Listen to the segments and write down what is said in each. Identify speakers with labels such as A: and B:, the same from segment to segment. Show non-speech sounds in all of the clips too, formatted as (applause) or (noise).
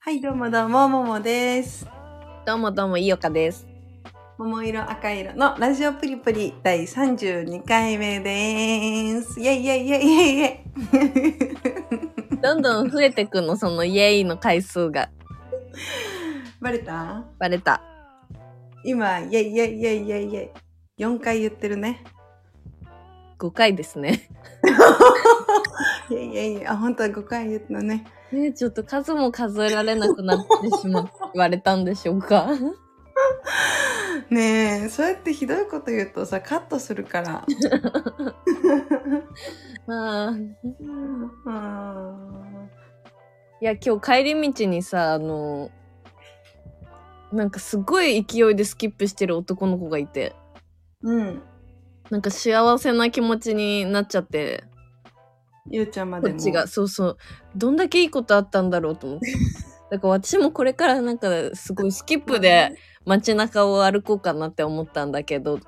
A: はい、どうもどうも、ももです。
B: どうもどうも、いよかです。
A: 桃色赤色のラジオプリプリ第32回目です。イェイイェイイェイイェイイェイ (laughs)
B: どんどん増えてく (laughs) の、そのイエイの回数が。
A: バレた
B: バレた。
A: 今、イェイイェイイェイイェイイェイ。4回言ってるね。
B: 5回ですね。
A: イェイイェイイェイ。あ、本当は5回言ったのね。
B: ねえちょっと数も数えられなくなってし (laughs) まう言われたんでしょうか。
A: ねえ、そうやってひどいこと言うとさ、カットする
B: (laughs)
A: から。
B: まあ、い
A: うんうん
B: や、今日帰り道にさ、あの、なんかすごい勢いでスキップしてる男の子がいて、
A: うん。
B: なんか幸せな気持ちになっちゃって、
A: ゆうちゃんま
B: こ
A: で
B: っ
A: も。
B: ちが、そうそう、どんだけいいことあったんだろうと
A: (laughs)
B: 思って。だから私もこれからなんかすごいスキップで、街中を歩こうかなって思ったんだけど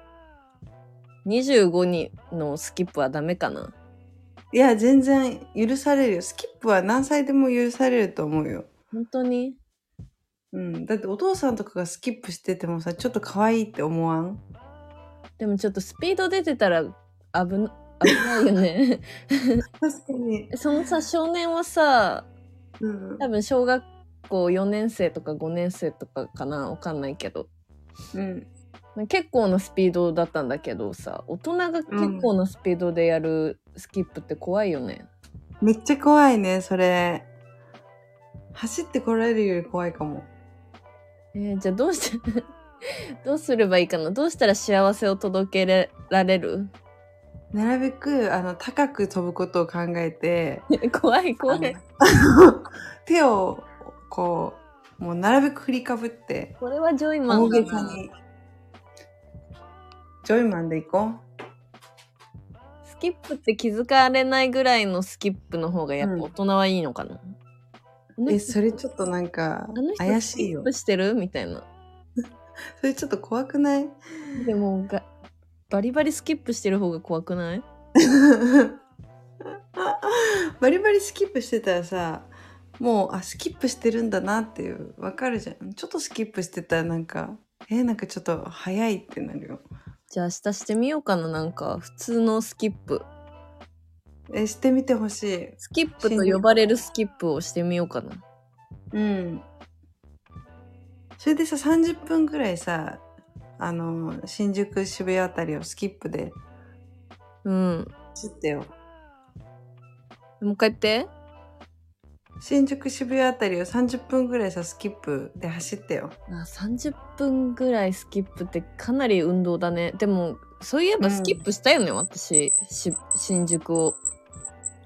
B: 25にのスキップはダメかない
A: や、全然許されるよ。スキップは何歳でも許されると思うよ。
B: 本当に
A: うん、だってお父さんとかがスキップしててもさちょっと可愛いって思わん
B: でもちょっとスピード出てたら危な危ないよ
A: (laughs)
B: ね
A: 確かに、
B: そのさ少年はさ
A: うん
B: 多分小学校4年生とか5年生とかかなわかんないけど
A: うん、
B: 結構なスピードだったんだけどさ大人が結構なスピードでやるスキップって怖いよね、
A: めっちゃ怖いねそれ走ってこられるより怖いかも
B: えーじゃあどうして (laughs) どうすればいいかなどうしたら幸せを届けられる (laughs)
A: なるべくあの高く飛ぶことを考えて
B: 怖い怖い
A: あの (laughs) 手をこうもうなるべく振りかぶって
B: これはジョイマ
A: 大
B: ンだ
A: げさ
B: な
A: にジョイマンで行こ
B: スキップって気づかれないぐらいのスキップの方がやっぱ大人はいいのかな、
A: う
B: あの
A: え
B: 人
A: それちょっとなんか
B: あの人
A: 怪
B: ス
A: しい
B: キッ
A: よ
B: プしてるみたいな
A: それちょっと怖くない
B: でもがバリバリスキップしてる方が怖くない
A: バリバリスキップしてたらさもうあスキップしてるんだなっていうわかるじゃんちょっとスキップしてたらなんかえなんかちょっと早いってなるよ
B: じゃあ明日してみようかななんか普通のスキップ
A: えしてみてほしい
B: スキップと呼ばれるスキップをしてみようかな
A: うんそれでさ30分ぐらいさあの新宿渋谷あたりをスキップで
B: うん
A: 走ってよ
B: もう一回言って
A: 新宿渋谷あたりを30分ぐらいさスキップで走ってよ
B: あ30分ぐらいスキップってかなり運動だねでもそういえ
A: う
B: ば
A: ん
B: スキップしたよね、私し新宿を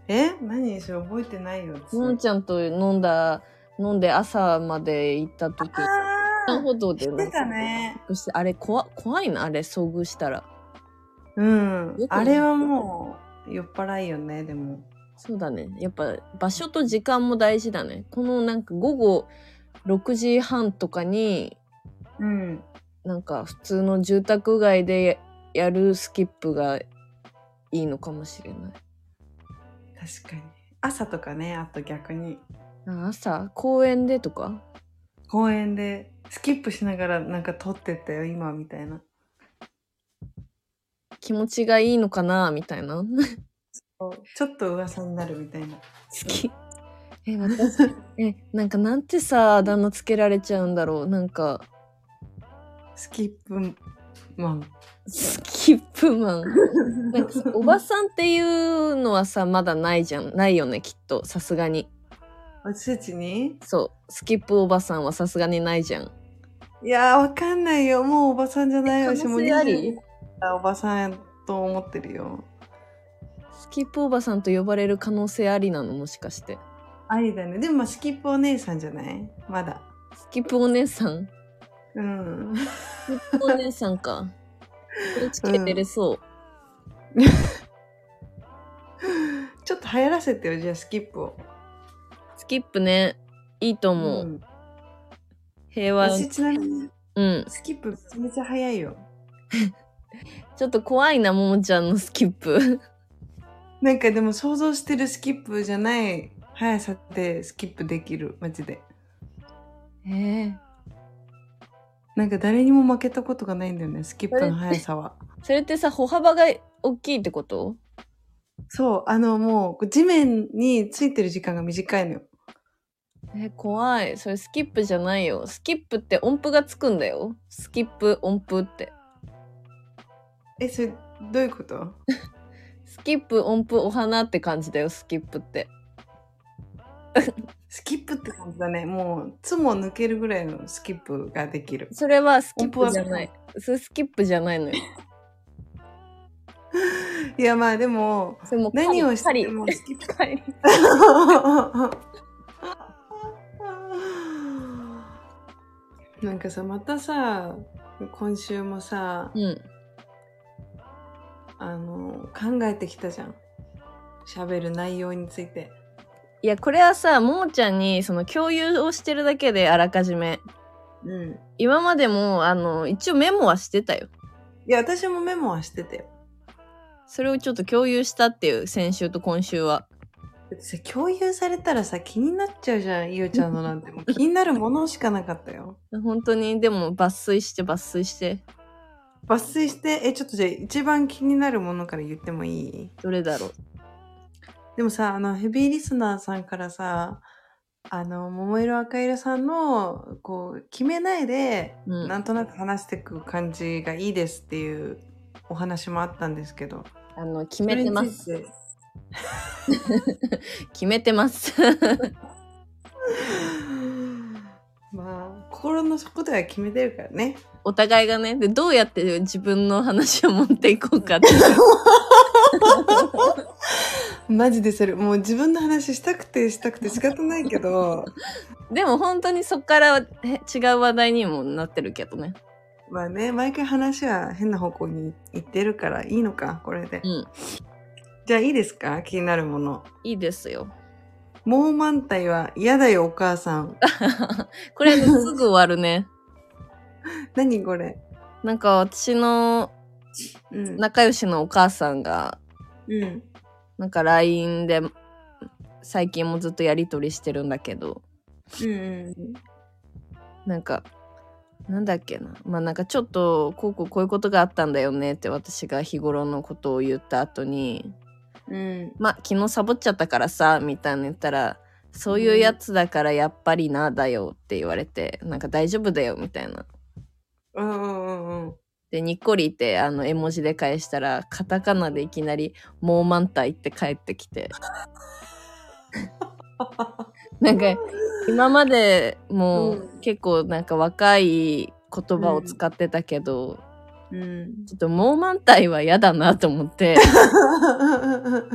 A: え何それ覚えてないよ
B: のんちゃんと飲んだ飲んで朝まで行った時
A: あ
B: 横断歩道で
A: ー
B: な
A: 出
B: んか
A: たね
B: そしてあれ怖怖いなあれ遭遇したら
A: うん
B: よく
A: あれはもう酔っ払いよねでも
B: そうだねやっぱ場所と時間も大事だねこのなんか午後6時半とかに
A: うん
B: なんか普通の住宅街でやるスキップがいいのかもしれない
A: 確かに朝とかねあと逆に
B: あ朝公園でとか
A: 公園でスキップしながらなんか撮ってったよ今みたいな
B: 気持ちがいいのかなみたいな (laughs)
A: ちょっと噂になるみたいな
B: 好きえ私えなんかなんてさあだ名つけられちゃうんだろうなんか
A: スキップマ (laughs) ン
B: スキップマンなんかおばさんっていうのはさまだないじゃんないよねきっとさすがに
A: 私たちに
B: そうスキップおばさんはさすがにないじゃん
A: いやーわかんないよもうおばさんじゃないよ
B: 可能性あり
A: 20代おばさんと思ってるよ
B: スキップおばさんと呼ばれる可能性ありなのもしかして
A: ありだねでもまあスキップお姉さんじゃないまだ
B: スキップお姉さん
A: うん
B: スキップお姉さんか NHK 出れそう、
A: ちょっと流行らせてよじゃあスキップを
B: スキップねいいと思う、
A: ん
B: 平和
A: 私ちなみに
B: うん
A: スキップめちゃめちゃ早いよ
B: ちょっと怖いな、ももちゃんのスキップ。
A: なんかでも想像してるスキップじゃない速さでスキップできるマジで
B: へえ
A: なんか誰にも負けたことがないんだよねスキップの速さは
B: それってさ歩幅が大きいってこと
A: そうあのもう地面についてる時間が短いのよ
B: え怖いそれスキップじゃないよスキップって音符がつくんだよスキップ音符って
A: えそれどういうこと
B: スキップ音符お花って感じだよスキップって
A: スキップって感じだねもうつも抜けるぐらいのスキップができる
B: それはスキッ
A: 音符
B: プ
A: は
B: じゃないそれスキップじゃないのよ
A: いやまあでも
B: それもう狩り
A: 何をして
B: 狩り
A: もスキップ (laughs)
B: 狩り
A: (laughs) なんかさまたさ今週もさ
B: うん
A: あの考えてきたじゃん喋る内容について
B: いやこれはさももちゃんにその共有をしてるだけであらかじめ
A: うん
B: 今までもあの一応メモはしてたよ
A: いや私もメモはしてて
B: それをちょっと共有したっていう先週と今週は
A: さ共有されたらさ気になっちゃうじゃんゆうちゃんのなん (laughs) てもう気になるものしかなかったよ
B: 本当にでも抜粋して抜粋して
A: 抜粋してえちょっとじゃあ一番気になるものから言ってもいい
B: どれだろう
A: でもさあのヘビーリスナーさんからさあの桃色赤色さんのこう決めないで、
B: うん
A: なんとなく話していく感じがいいですっていうお話もあったんですけど
B: あの決めてます
A: それについて (laughs)
B: 決めてます (laughs)
A: まあ心の底では決めてるからね
B: お互いがねでどうやって自分の話を持っていこ
A: (laughs)
B: うかって
A: マジでそれもう自分の話したくてしたく
B: (laughs)
A: て仕方ないけど
B: でも本当にそっからえ違う話題にもなってるけどね
A: まあね毎回話は変な方向に行ってるからいいのかこれで、
B: うん
A: じゃあいいですか気になるもの
B: いいですよ
A: もう満体は嫌だよお母さ (laughs) ん
B: これ、
A: (laughs)
B: ね、すぐ終わるね
A: 何これ
B: なんか私の
A: うん
B: 仲良しのお母さんが
A: うん
B: なんか LINE で最近もずっとやり取りしてるんだけど
A: うん
B: なんかなんだっけなまあなんかちょっとこうこうこういうことがあったんだよねって私が日頃のことを言った後に
A: うん
B: まあ昨日サボっちゃったからさみたいな言ったらそういうやつだからやっぱりなだよって言われてなんか大丈夫だよみたいな
A: うんうんうんうん
B: でにっこりいてあの絵文字で返したらカタカナでいきなり「もう満タイ」って返ってき (laughs) てなんか今までも
A: う
B: うん結構なんか若い言葉を使ってたけど、
A: うん
B: ちょっともう満タイは嫌だなと思って (laughs)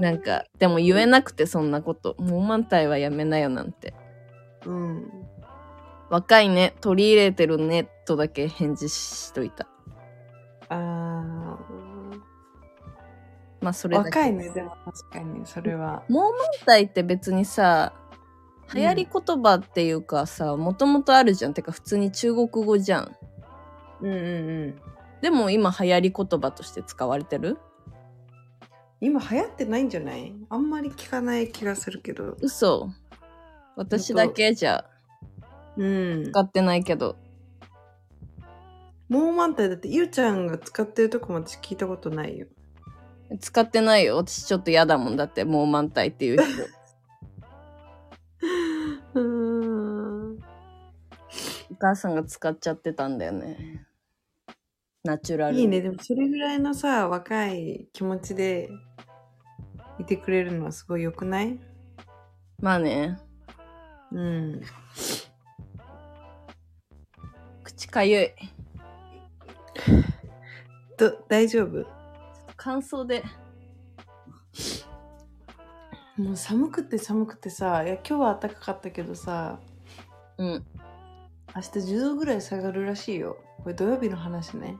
B: なんかでも言えなくてそんなこともう満タイはやめなよなんて
A: うん
B: 若いね取り入れてるねとだけ返事しといた
A: あ
B: まあそ
A: ー
B: れだけ
A: 若いねでも確かにそれは
B: もう満体って別にさ流行り言葉っていうかさもともとあるじゃんてか普通に中国語じゃん
A: うんうんうん
B: でも今流行り言葉として使われてる
A: 今流行ってないんじゃないあんまり聞かない気がするけど
B: 嘘私だけじゃ
A: うん
B: 使ってないけど
A: もう満体だってゆうちゃんが使ってるとこも私聞いたことない (laughs) よ
B: 使ってないよ私ちょっと嫌だもんだってもう満体っていう
A: (laughs)
B: 人
A: うーん
B: お母さんが使っちゃってたんだよねナチュラルに
A: いいねでもそれぐらいのさ若い気持ちでいてくれるのはすごい良くない
B: まあね
A: うん
B: 口かゆい
A: と大丈夫
B: 乾燥で
A: もう寒くて寒くてさいや今日は暖かかったけどさ
B: うん
A: 明日10度ぐらい下がるらしいよこれ土曜日の話ね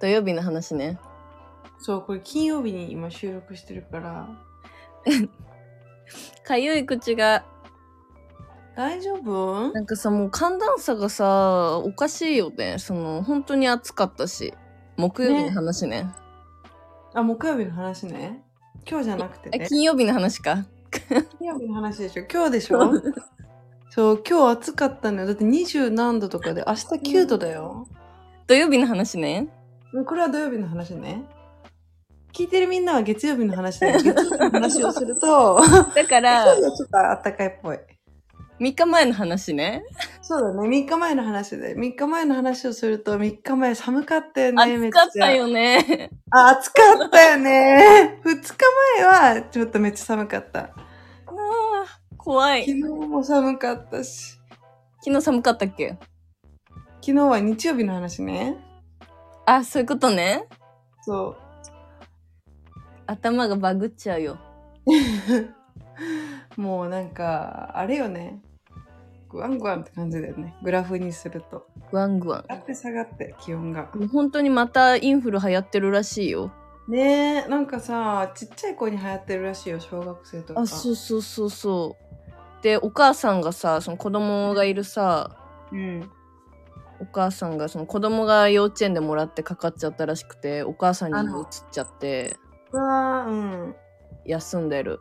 B: 土曜日の話ね
A: そうこれ金曜日に今収録してるから
B: かゆい口が
A: 大丈夫
B: なんかさもう寒暖差がさおかしいよねその本当に暑かったし木曜日の話ね
A: あ木曜日の話ね今日じゃなくて
B: あ
A: ね
B: 金曜日の話か
A: 金曜日の話でしょ今日でしょそう今日暑かったのよだって二十何度とかで明日9度だよ、
B: 土曜日の話ね。
A: これは土曜日の話ね聞いてるみんなは月曜日の話
B: (laughs)
A: だよ月曜日の話をすると
B: だか
A: 今
B: ら (laughs)
A: 日、がちょっとあったかいっぽい
B: 3日前の話ね。
A: そうだね3日前の話で3日前の話をすると3日前寒かったよね
B: 暑かったよね。
A: あ、暑かったよね。 (laughs) 二日前は、ちょっとめっちゃ寒かった。
B: あー怖
A: 昨日
B: い。
A: も寒かったし。
B: 昨日寒かったっけ
A: 昨日は日曜日の話ね。
B: あ、そういうことね。
A: そ
B: 頭がバグっちゃうよ。
A: う。 (laughs) もうなんか、あれよね。グワングワンって感じだよね。グラフにすると。
B: グワングワ
A: 上がって下がって、気温が。
B: ン。もう本当にまたインフル流行ってるらしいよ。
A: ねえ、なんかさ、ちっちゃい子に流行ってるらしいよ、小学生とか。
B: あ、そうそうそうそう。で、お母さんがさ、その子供がいるさ、
A: うん。
B: お母さんがその子供が幼稚園でもらってかかっちゃったらしくて、お母さんにも移っちゃって
A: うわーうん。
B: 休んでる。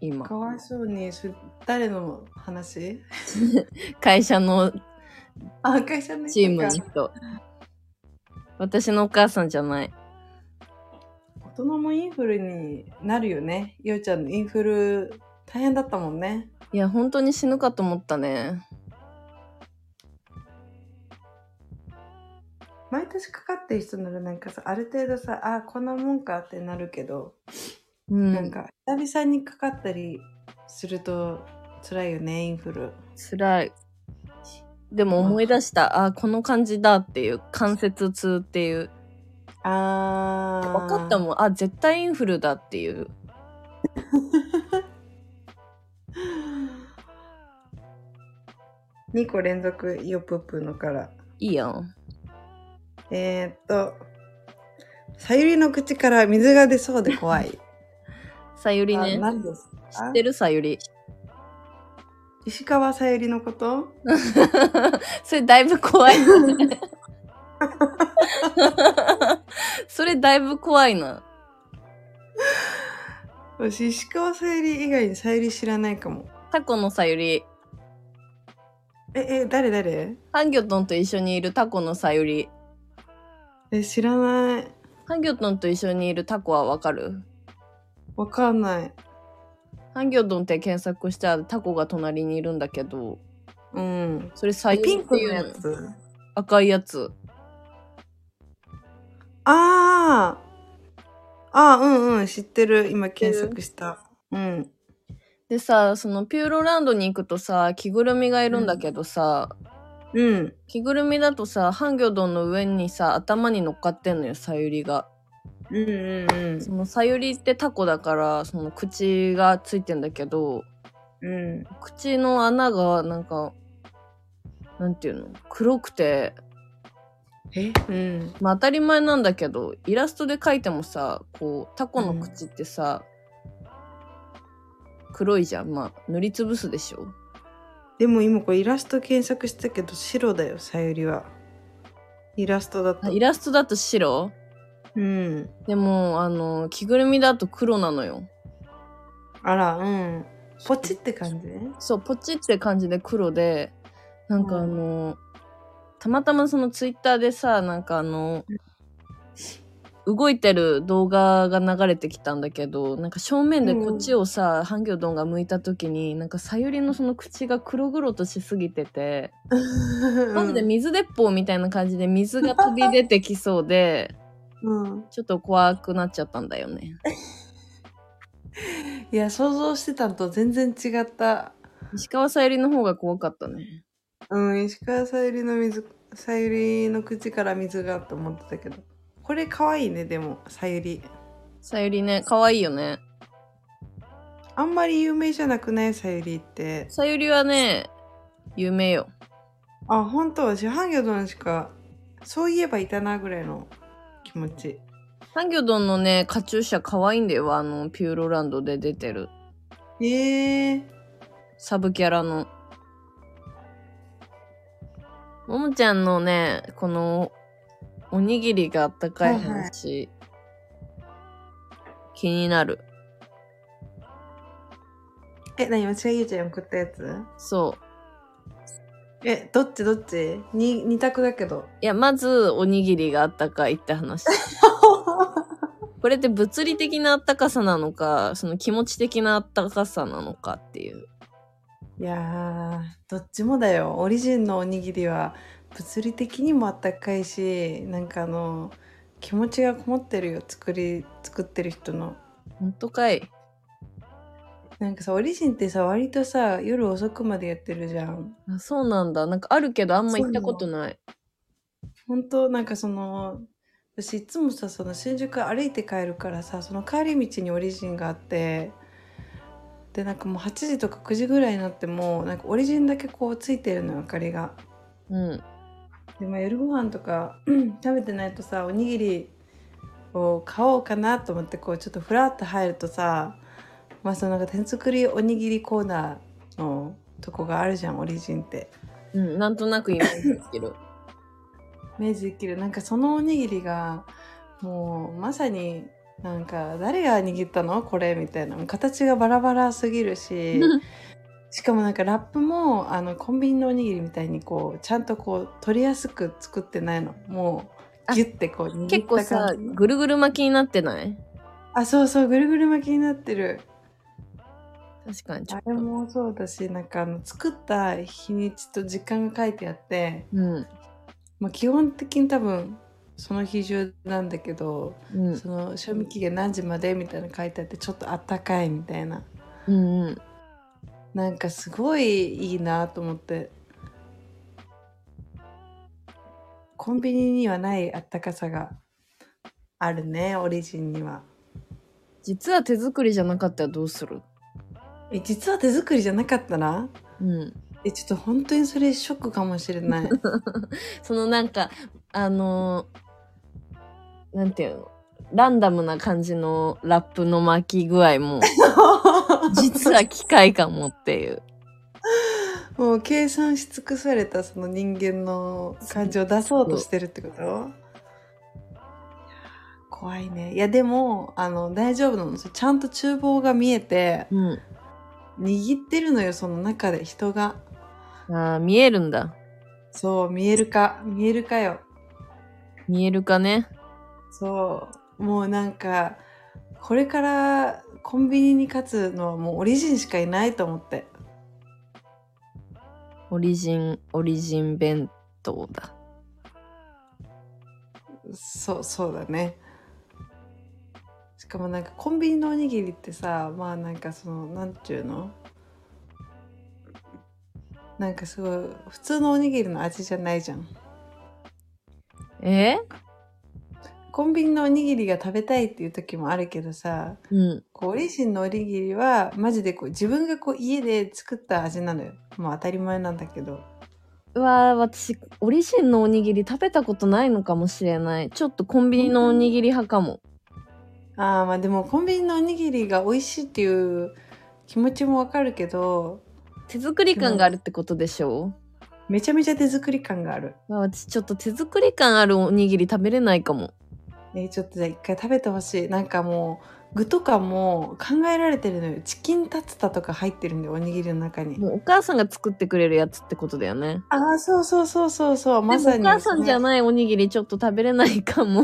B: 今
A: か。わいそうに、それ誰の話
B: 会社の
A: あ、会社の人
B: チーム
A: か
B: の人。私のお母さんじゃない。
A: 大人もインフルになるよね。ゆうちゃんのインフル大変だったもんね。
B: いや、本当に死ぬかと思ったね。
A: 毎年かかってる人ならなんかさ、ある程度さ、あこんなもんかってなるけど、
B: うん。
A: なんか久々にかかったりすると辛いよね、インフル。
B: 辛い。でも思い出した。あー、この感じだっていう。関節痛っていう。
A: あー。
B: 分
A: (sighs)
B: かったもん。あ、絶対インフルだっていう。
A: 2個連続よぷっぷのから。
B: いいやん。
A: えー、っと、さゆりの口から水が出そうで怖い。
B: さゆり
A: あ
B: (laughs) ね。
A: 何です
B: 知
A: か
B: ってるさゆり。
A: 石川さゆりのこと
B: (laughs) それだいぶ怖いな。それだいぶ怖いな。
A: 私石川さゆり以外にさゆり知らないかも
B: タコのさゆり。
A: ええ誰誰
B: ハンギョトンと一緒にいるタコのさゆり。
A: え知らない
B: ハンギョトンと一緒にいるタコはわかる
A: わかんない
B: ハンギョドンって検索したらタコが隣にいるんだけど、
A: うん
B: それさゆ
A: ピ
B: り
A: ン
B: って
A: クの
B: いう
A: や
B: の
A: つ
B: 赤いやつ。
A: あーあーうんうん知ってる今検索したうん
B: でさ、そのピューロランドに行くとさ、着ぐるみがいるんだけどさ、
A: うん
B: 着ぐるみだとさ、ハンギョドンの上にさ、頭に乗っかってんのよ、さゆりが。
A: うんうんうん
B: そのさゆりってタコだから、その口がついてんだけど、
A: うん
B: 口の穴がなんか、なんていうの黒くて、
A: えうん
B: まあ当たり前なんだけど、イラストで描いてもさ、こう、タコの口ってさ、黒いじゃん。まあ、塗りつぶすでしょ。
A: でも今これイラスト検索したけど白だよさゆりはイラストだ
B: あ
A: と
B: イラストだと白
A: うん
B: でも、あの、着ぐるみだと黒なのよ。
A: あらうんポチって (laughs) 感じ
B: そう、ポチって感じで黒で、なんかあの、たまたまそのツイッターでさ、なんかあの、動いてる動画が流れてきたんだけど、なんか正面でこっちをさ、ハンギョドンが向いた時に、なんかさゆりのその口が黒々としすぎてて、マジで水鉄砲みたいな感じで水が飛び出てきそうで、 (laughs)
A: うん
B: ちょっと怖くなっちゃったんだよね。
A: いや想像してたのと全然違った
B: 石川さゆりの方が怖かったね。
A: うん石川さゆりの水さゆりの口から水がと思ってたけどこれ可愛いねでもさゆり
B: さゆりね、可愛いよね。
A: あんまり有名じゃなくないさゆりって
B: さゆりはね、有名よ。
A: あ本当私ハンギョドンしかそういえばいたなぐらいの気持ち
B: ハンギョドンのね、カチューシャ可愛いんだよ。あの、ピューロランドで出てる。
A: えー、
B: サブキャラの。ももちゃんのね、この、おにぎりがあったかい話、気になる。
A: え、なに私がゆうちゃんに送ったやつ
B: そう。
A: え、どっちどっちに二択だけど。
B: いや、まず、おにぎりがあったかいって (laughs) 話。これって物理的なあったかさなのか、その気持ち的なあったかさなのかっていう。
A: (laughs) いやー、どっちもだよ。オリジンのおにぎりは物理的にもあったかいし、なんかあの、気持ちがこもってるよ。作り、作ってる人の。
B: 本当かい。
A: なんかさ、オリジンってさ、割とさ、夜遅くまでやってるじゃん。
B: あそうなんだ。なんかあるけど、あんま行ったことない。
A: 本当なんかその私いつもさその新宿歩いて帰るからさその帰り道にオリジンがあってでなんかもう8時とか9時ぐらいになってもなんかオリジンだけこうついてるのよ明かりが。
B: うん。
A: でまあ夜ご飯とか (clears throat) うん食べてないとさおにぎりを買おうかなと思ってこうちょっとふらっと入るとさまあそのなんか手作りおにぎりコーナーのとこがあるじゃんオリジンって。
B: うん。なんとなくイメージですけ
A: (laughs)
B: ど。
A: 明治できるなんかそのおにぎりがもうまさになんか誰が握ったのこれみたいなもう形がバラバラすぎる
B: (laughs)
A: ししかもなんかラップもあのコンビニのおにぎりみたいにこうちゃんとこう取りやすく作ってないのもう
B: あ
A: ギュッてこう握った感じ
B: 結構さ、ぐるぐる巻きになってない
A: あそうそうぐるぐる巻きになってる
B: 確かにちょ
A: あ
B: っと
A: れ。もそうだしなんかあの作った日にちと時間が書いてあって、
B: うん。
A: まあ、基本的に多分その日中なんだけど
B: うん。
A: その賞味期限何時までみたいなの書いてあってちょっとあったかいみたいな
B: うんうん。
A: なんかすごいいいなと思ってコンビニにはないあったかさがあるねオリジンには
B: 実は手作りじゃなかったらどうする
A: え実は手作りじゃなかったな
B: うん。
A: えちょっと本当にそれショックかもしれない
B: (laughs) そのなんか、あのーなんていうのランダムな感じのラップの巻き具合
A: (laughs)
B: も、実は機械かもっていう。
A: もう計算し尽くされたその人間の感情を出そうとしてるってこといや怖いねいやでもあの大丈夫なのそれちゃんと厨房が見えて
B: うん。
A: 握ってるのよその中で人が
B: あー見えるんだ。
A: そう見えるか見えるかよ
B: 見えるかね。
A: そうもうなんかこれからコンビニに勝つのはもうオリジンしかいないと思って
B: オリジン、オリジン弁当だ。
A: そうそうだねしかもなんかコンビニのおにぎりってさまあなんかそのなんていうのなんかすごい普通のおにぎりの味じゃないじゃん
B: え
A: コンビニのおにぎりが食べたいっていう時もあるけどさ
B: うん。
A: こうオリジンのおにぎりはマジでこう自分がこう家で作った味なのよまあ当たり前なんだけど
B: うわー私、オリジンのおにぎり食べたことないのかもしれない。ちょっとコンビニのおにぎり派かも。
A: あーまあでもコンビニのおにぎりが美味しいっていう気持ちもわかるけど
B: 手作り感があるってことでしょう、
A: めちゃめちゃ手作り感がある
B: あ私ちょっと手作り感あるおにぎり食べれないかも。
A: えーちょっとじゃあ一回食べてほしいなんかもう具とかも考えられてるのよチキンタツタとか入ってるんでおにぎりの中に、
B: もうお母さんが作ってくれるやつってことだよね。
A: ああそうそうそうそうそうまさに
B: でもお母さんじゃ
A: い
B: ないおにぎりちょっと食べれないか
A: (laughs)
B: も。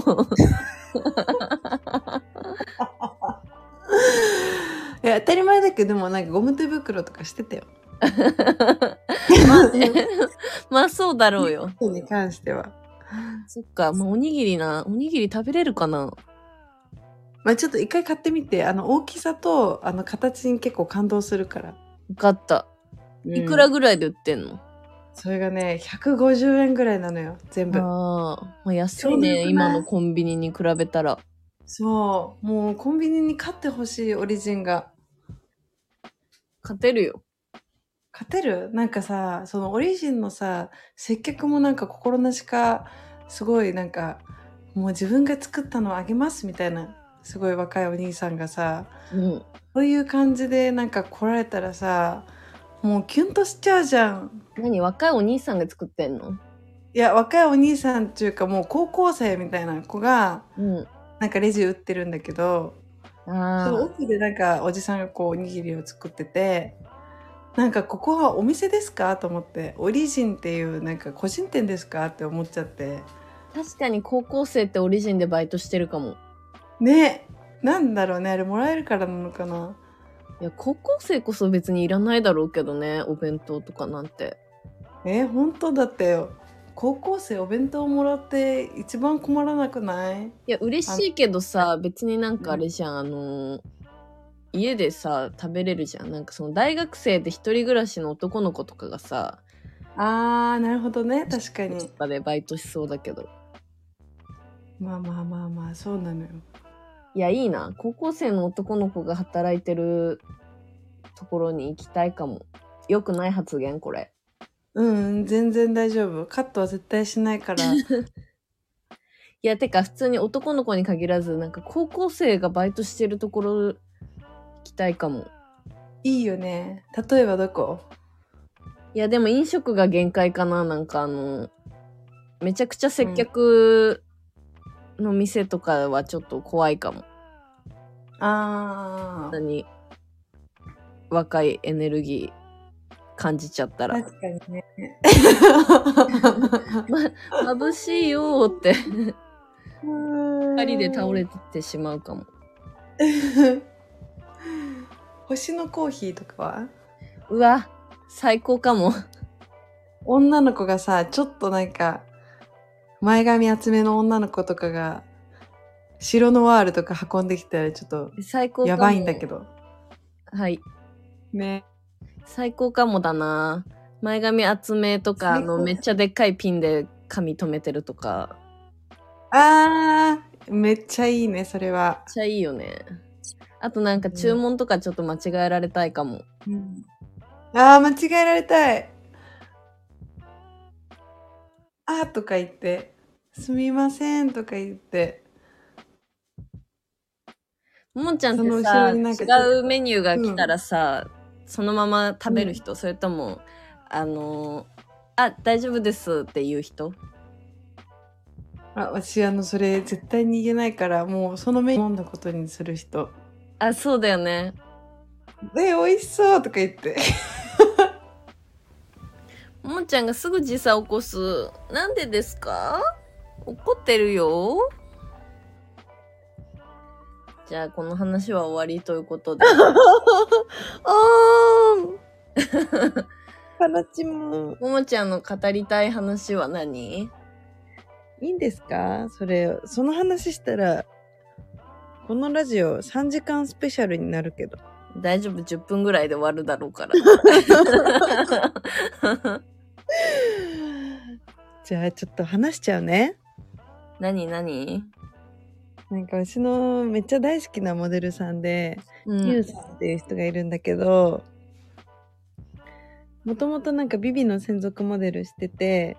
A: いや当たり前だけどでもなんかゴム手袋とかしてたよ
B: (laughs) まあ
A: (laughs)
B: ね。まあそうだろうよ。
A: 手に関しては
B: そっか、まあおにぎりな。おにぎり食べれるかな
A: まあちょっと一回買ってみてあの大きさとあの形に結構感動するから、
B: 分かった。
A: うん
B: いくらぐらいで売ってんの、
A: それがね150円ぐらいなのよ全部
B: ああ、まあ、安い
A: ちょうどよくな
B: ね。
A: い
B: 今のコンビニに比べたら。
A: そうもうコンビニに勝ってほしいオリジンが
B: 勝てるよ。
A: 勝てるなんかさそのオリジンのさ接客もなんか心なしかすごいなんかもう自分が作ったのあげますみたいなすごい若いお兄さんがさ
B: うん。
A: そういう感じでなんか来られたらさもうキュンとしちゃうじゃん
B: 何若いお兄さんが作ってんの
A: いや若いお兄さんっていうかもう高校生みたいな子が
B: うん。
A: なんかレジ打ってるんだけど
B: あ
A: その
B: ー
A: 奥でなんかおじさんがこうおにぎりを作っててなんかここはお店ですかと思ってオリジンっていうなんか個人店ですかって思っちゃって
B: 確かに高校生ってオリジンでバイトしてるかも。
A: ねなんだろうねあれもらえるからなのかない
B: や、高校生こそ別にいらないだろうけどね、お弁当とかなんて。
A: え本当だって高校生お弁当もらって一番困らなくない
B: いや、嬉しいけどさ、別になんかあれじゃん、あのー家でさ、食べれるじゃん。なんかその大学生で一人暮らしの男の子とかがさ、
A: あーなるほどね確かに
B: とかでバイトしそうだけど。
A: まあまあまあまあそうなのよ
B: いや、いいな。高校生の男の子が働いてるところに行きたいかも。よくない発言、これ。
A: うん全然大丈夫カットは絶対しない
B: (laughs)
A: から
B: いや、てか、普通に男の子に限らず、なんか高校生がバイトしてるところ行きたいかも。
A: いいよね例えばどこ
B: いや、でも飲食が限界かな。なんかあの、めちゃくちゃ接客の店とかはちょっと怖いかも。
A: あ
B: 本当に若いエネルギー感じちゃった
A: あ
B: ら。
A: 確かにね
B: ま、眩しいよーって、 (laughs) 二人で倒れ
A: て
B: てしまうかも。
A: (laughs) 星のコーヒーとかは
B: うわ、最高かも。
A: 女の子がさちょっとなんか前髪厚めの女の子とかが白のワールとか運んできたらちょっと
B: 最高かも。
A: やばいんだけ。ど
B: はい。
A: ね
B: 最高かもだな前髪厚めとかあ
A: 最
B: の
A: 高
B: めっちゃでっかいピンで髪留めてるとか
A: あーめっちゃいいねそれは
B: めっ、ちゃいいよねあとなんか注文とかちょっと間違えられたいかも、
A: あー間違えられたいあーとか言ってすみませんとか言って
B: ももちゃんっ
A: その
B: て
A: 後
B: さ
A: ろになんか
B: 違うメニューが来たらさ、そのまま食べる人、それともあのあ大丈夫ですっていう人
A: あ私あのそれ絶対に言えないからもうその目に飲んだことにする人
B: あそうだよね
A: え美味しそうとか言って
B: ももちゃんがすぐ時差起こすなんでですか怒ってるよじゃあこの話は終わりというこ
A: (laughs)
B: とで
A: あーん。悲しむ。
B: ももちゃんの語りたい話は何
A: いいんですかそれ、その話したら、このラジオ3時間スペシャルになるけ (laughs) ど。
B: 大丈夫10分ぐらいで終わるだろ
A: (laughs)
B: うから
A: じゃあちょっと話しちゃうね。
B: 何何
A: なんかうちのめっちゃ大好きなモデルさんで、
B: う
A: ゆうんさんっていう人がいるんだけど、もともとなんかビビの専属モデルしてて、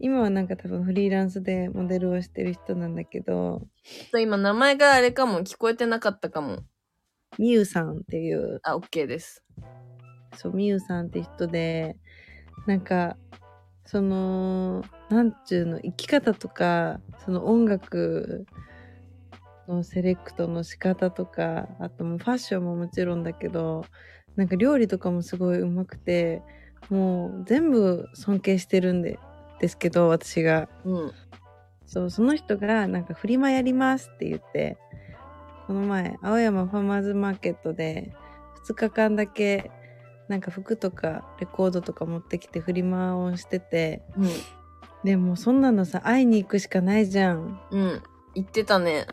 A: 今はなんか多分フリーランスでモデルをしてる人なんだけど、
B: ちょっと今名前があれかも聞こえてなかったかも
A: みゆさんっていう
B: あ OK です
A: そうみゆさんって人でなんかそのなんちゅうの生き方とかその音楽のセレクトの仕方とかあともうファッションももちろんだけどなんか料理とかもすごいうまくてもう全部尊敬してるんでですけど私が。
B: うん
A: そう、その人がなんかフリマやりますって言って、この前、青山ファーマーズマーケットで2日間だけなんか服とかレコードとか持ってきてフリマをしてて、
B: うん
A: でもうそんなのさ、会いに行くしかないじゃん。
B: うん言ってたね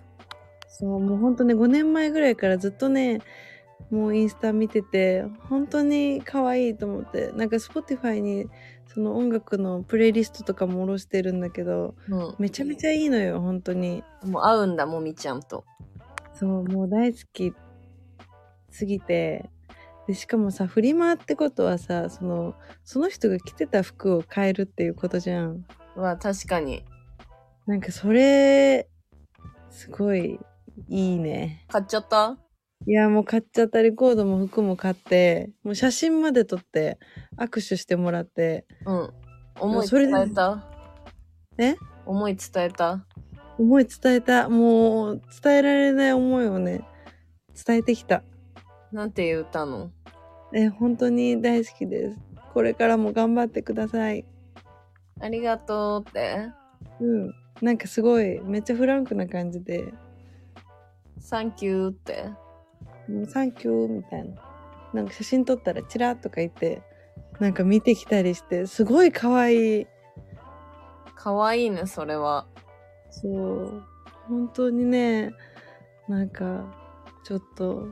A: そう、もうほんとね、5年前ぐらいからずっとね、もうインスタ見てて、本当に可愛いと思って、なんか Spotify にその音楽のプレイリストとかも下ろしてるんだけど、
B: うん
A: めちゃめちゃいいのよ、本当に。
B: もう会うんだもみちゃんと
A: そう、もう大好きすぎて。で、しかもさ、フリマってことはさ、その、その人が着てた服を買えるっていうことじゃん。
B: は確かに
A: なんかそれ、すごいいいね。
B: 買っちゃった
A: いや、もう買っちゃったレコードも服も買って、もう写真まで撮って、握手してもらって、
B: うん思い
A: それ
B: 伝
A: で
B: えた
A: え
B: 思い伝えた
A: 思い伝えた。もう、伝えられない思いをね、伝えてきた。
B: なんて言ったの
A: え、本当に大好きです。これからも頑張ってください。
B: ありがとうって。
A: うん。なんかすごい、めっちゃフランクな感じで、
B: サンキューって。
A: もうサンキューみたいな。なんか写真撮ったらチラッとか言って、なんか見てきたりして、すごい可愛い。
B: かわいいね、それは。
A: そう。本当にね、なんか、ちょっと、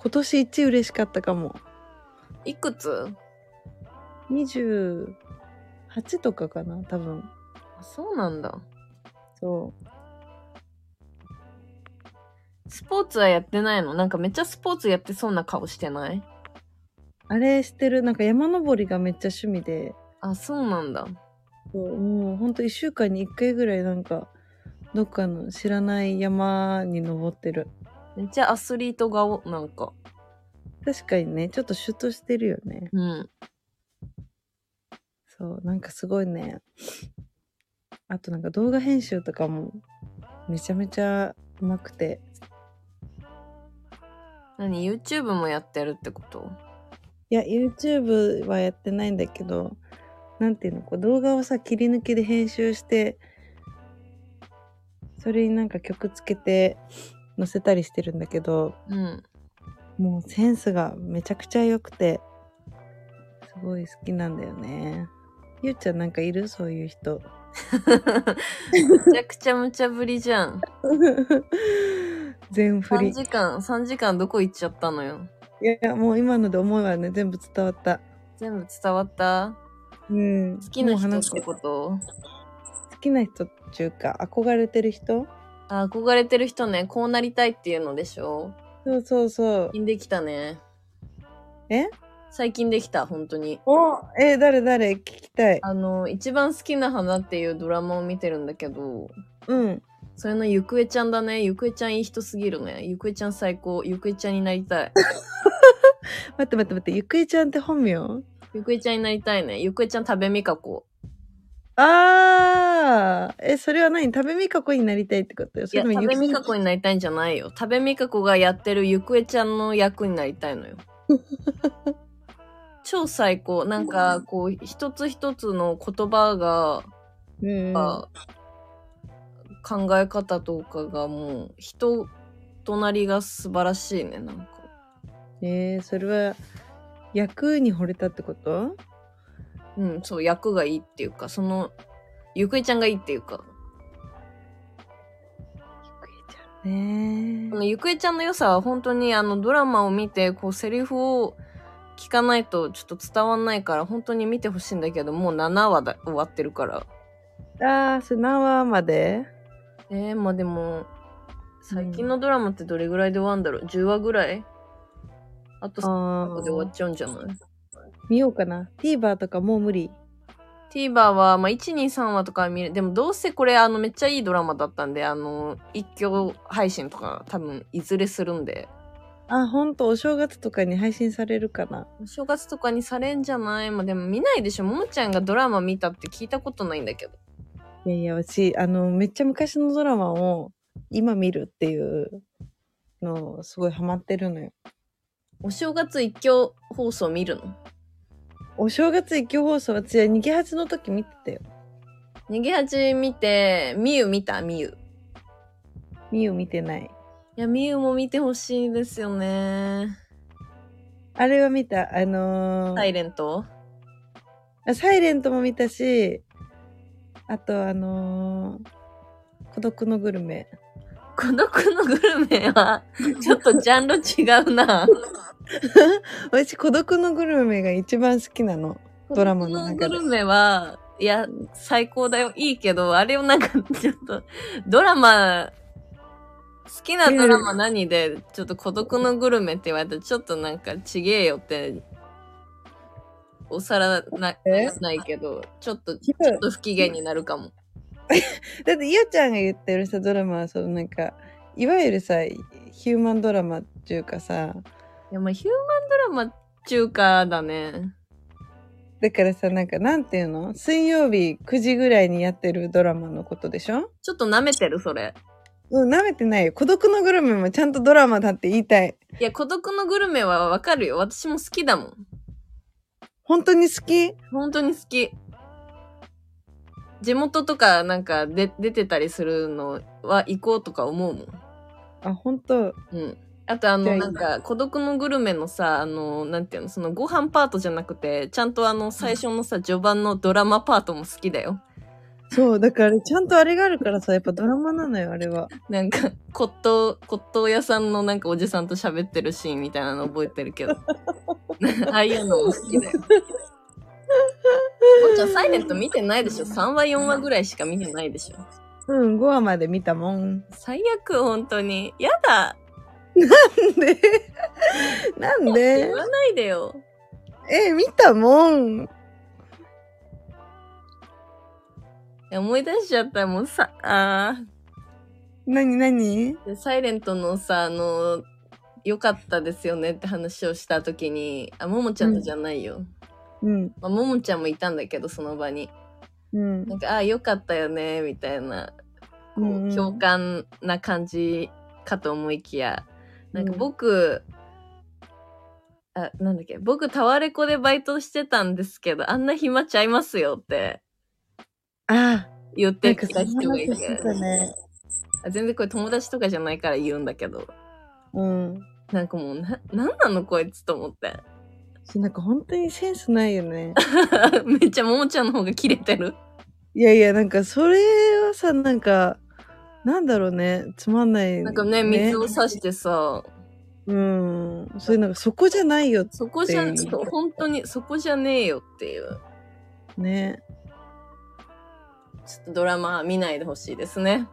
A: 今年一嬉しかったかも。
B: いくつ
A: 28とかかな、多分。
B: あそうなんだ。
A: そう。
B: スポーツはやってないのなんかめっちゃスポーツやってそうな顔してない
A: あれしてる、なんか山登りがめっちゃ趣味で、
B: あ、そうなんだ。
A: そうもうほんと1週間に1回ぐらいなんか、どっかの知らない山に登ってる。
B: めっちゃアスリート顔、なんか。
A: 確かにね、ちょっとシュッとしてるよね。
B: うん。
A: そう、なんかすごいね。あとなんか動画編集とかも、めちゃめちゃうまくて。
B: 何 ?YouTube もやってるってこと
A: いや、YouTube はやってないんだけど、なんていうの、こう動画をさ、切り抜きで編集して、それになんか曲つけて載せたりしてるんだけど、
B: うん。
A: もうセンスがめちゃくちゃ良くて、すごい好きなんだよね。ゆうちゃんなんかいるそういう人。 (laughs)
B: めちゃくちゃ無茶ぶりじゃん。
A: 全振り。
B: 3
A: い
B: 時間、3時間どこ行っちゃったのよ。
A: やいや、もう今ので思いはね、全部伝わった。
B: 全部伝わった
A: うん。
B: 好きな人
A: もう
B: っ
A: 話す
B: てこと
A: 好きな人っていうか、憧れてる人
B: あ憧れてる人ね、こうなりたいっていうのでしょ
A: そうそうそう
B: 最。近できたね。
A: え
B: 最近できた、本当に。
A: おえー、誰誰聞きたい。
B: あの、一番好きな花っていうドラマを見てるんだけど、
A: うん。
B: それのゆくえちゃんだね。ゆくえちゃんいい人すぎるね。ゆくえちゃん最高。ゆくえちゃんになりたい。
A: 待って待って待って、ゆくえちゃんって本名
B: ゆくえちゃんになりたいね。ゆくえちゃん食べみかこ。
A: あー、え、それは何食べみかこになりたいってことよ。
B: い
A: それ
B: や、
A: とも
B: 食べみか
A: ゆ
B: こになりたいんじゃないよ。食べみかこがやってるゆくえちゃんの役になりたいの
A: (laughs)
B: よ。超最高。なんか、こう、一つ一つの言葉が、
A: きうん。
B: か考え方とかがもう人となりが素晴らしいねなんか
A: えー、それは役に惚れたってこと
B: うんそう役がいいっていうかそのゆくえちゃんがいいっていうか
A: ゆくえちゃん
B: こ
A: ね
B: のゆくえちゃんの良さは本当にあのドラマを見てこうセリフを聞かないとちょっと伝わんないから本当に見てほしいんだけどもう7話だ終わってるから
A: あー、それ何話まで
B: えー、まあでも最近のドラマってどれぐらいで終わるんだろう10話ぐらいあと3
A: あ
B: 話で終わ
A: ー
B: っ、ちゃうんじゃない
A: 見ようかな。TVer とかもう無理。
B: TVer は、まあ、123話とかは見る。でも、どうせこれ、あの、めっちゃいいドラマだったんで、あの、一挙配信とか、多分、いずれするんで。
A: あ、ほんと、お正月とかに配信されるかな。
B: お正月とかにされんじゃないまあ、でも見ないでしょ。ももちゃんがドラマ見たって聞いたことないんだけど。
A: いやいや、私、あの、めっちゃ昔のドラマを今見るっていうのをすごいハマってるのよ。
B: お正月一挙放送見るの
A: お正月一挙放送、私は逃げ恥の時見てたよ。
B: 逃げ恥見て、みゆ見たみゆ。
A: みゆ見てない。
B: いや、みゆも見てほしいですよね。
A: あれは見た。あのー
B: サイレント
A: あサイレントも見たし、あとあのー孤独のグルメ。
B: 孤独のグルメは、ちょっとジャンル違うな。
A: 私、孤独のグルメが一番好きなの。ドラマの中で
B: このグルメは、いや、最高だよ。いいけど、あれをなんか、 (laughs) ちょっと、ドラマ、好きなドラマ何で、ちょっと孤独のグルメって言われたら、ちょっとなんか、ちげえよって、おさらな
A: え
B: ないけど、ちょっと、
A: ひ
B: ち
A: ど
B: ょ
A: い
B: っと不機嫌になるかも。
A: だって、ゆうちゃんが言ってるさ、ドラマは、そのなんか、いわゆるさ、ヒューマンドラマっていうかさ、
B: いや、まあ、ヒューマンドラマ中華だね。
A: だからさ、なんか、なんていうの水曜日9時ぐらいにやってるドラマのことでしょ
B: ちょっと舐めてる、それ。
A: うん、舐めてないよ。孤独のグルメもちゃんとドラマだって言いたい。
B: いや、孤独のグルメはわかるよ。私も好きだもん。
A: 本当に好き
B: 本当に好き。地元とかなんかで出てたりするのは行こうとか思うもん。
A: あ、本当
B: うん。あとあ
A: じゃあ
B: の、
A: いい
B: なんか、孤独のグルメのさ、あの、なんていうの、そのご飯パートじゃなくて、ちゃんとあの、最初のさ、序盤のドラマパートも好きだよ。
A: そう、だからちゃんとあれがあるからさ、やっぱドラマなのよ、あれは。
B: なんか、骨董、骨董屋さんのなんかおじさんと喋ってるシーンみたいなの覚えてるけど。あ (laughs) あいうのも好
A: (laughs)
B: きだよ。もうちゃんサイレント見てないでしょ ?3 話4話ぐらいしか見てないでしょ
A: うん、5話まで見たもん。
B: 最悪、本当に。やだ
A: で、なんで (laughs)
B: 言わないでよ。
A: え、見たもん。
B: いや思い出しちゃったもうさ、あー
A: なになに
B: でサイレントのさ、あの、良かったですよねって話をしたときに、あ、ももちゃんとじゃないよ。
A: うん、
B: まあ、ももちゃんもいたんだけど、その場に。
A: うん。
B: なんか、あ、良かったよね、みたいな、こ
A: うんう
B: う、
A: ん
B: 共感な感じかと思いきや、なんか
A: うん
B: 僕、あ、なんだっけ、僕、タワレコでバイトしてたんですけど、あんな暇ちゃいますよって
A: あ
B: 言っ
A: な
B: て
A: んか
B: き
A: そ
B: た
A: んな
B: 人がい
A: 話
B: て。
A: してたね。
B: あ全然これ友達とかじゃないから言うんだけど、
A: うん。
B: なんかもうな、なんなのこいつと思って。 (laughs)
A: そうなんか本当にセンスないよね。 (laughs)
B: めっちゃももちゃんの方がキレてる。
A: いやいや、なんかそれはさ、なんか、なんだろうね、つまんない。
B: なんかね、水をさしてさ、
A: うん。それなんかそこじゃないよ、
B: そこじゃ
A: うん
B: ん、ちょっと本当にそこじゃねえよっていう、
A: ね。
B: ちょっとドラマ見ないでほしいですね。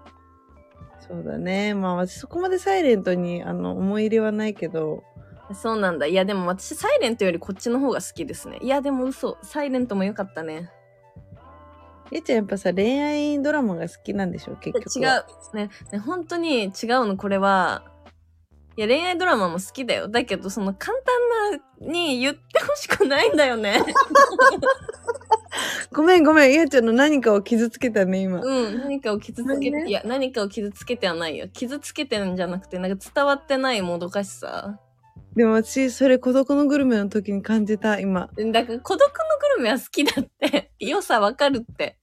A: そうだね。まあ私そこまでサイレントにあの思い入れはないけど、
B: そうなんだ。いや、でも私、サイレントよりこっちの方が好きですね。いや、でも嘘。サイレントも良かったね。
A: えっちゃんやっぱさ、恋愛ドラマが好きなんでしょ結局
B: 違
A: は。
B: う。ね、ね本当に違うの、これは。いや、恋愛ドラマも好きだよ。だけど、その簡単なに言ってほしくないんだ
A: (laughs)
B: よね。
A: ごめんごめん。ゆうちゃんの何かを傷つけたね、今。
B: うん、何かを傷つけて、
A: ごめんね
B: いや、何かを傷つけてはないよ。傷つけてるんじゃなくて、なんか伝わってないもどかしさ。
A: でも私、それ孤独のグルメの時に感じた、今。
B: だから、孤独のグルメは好きだって。 (laughs) 良さわかるって。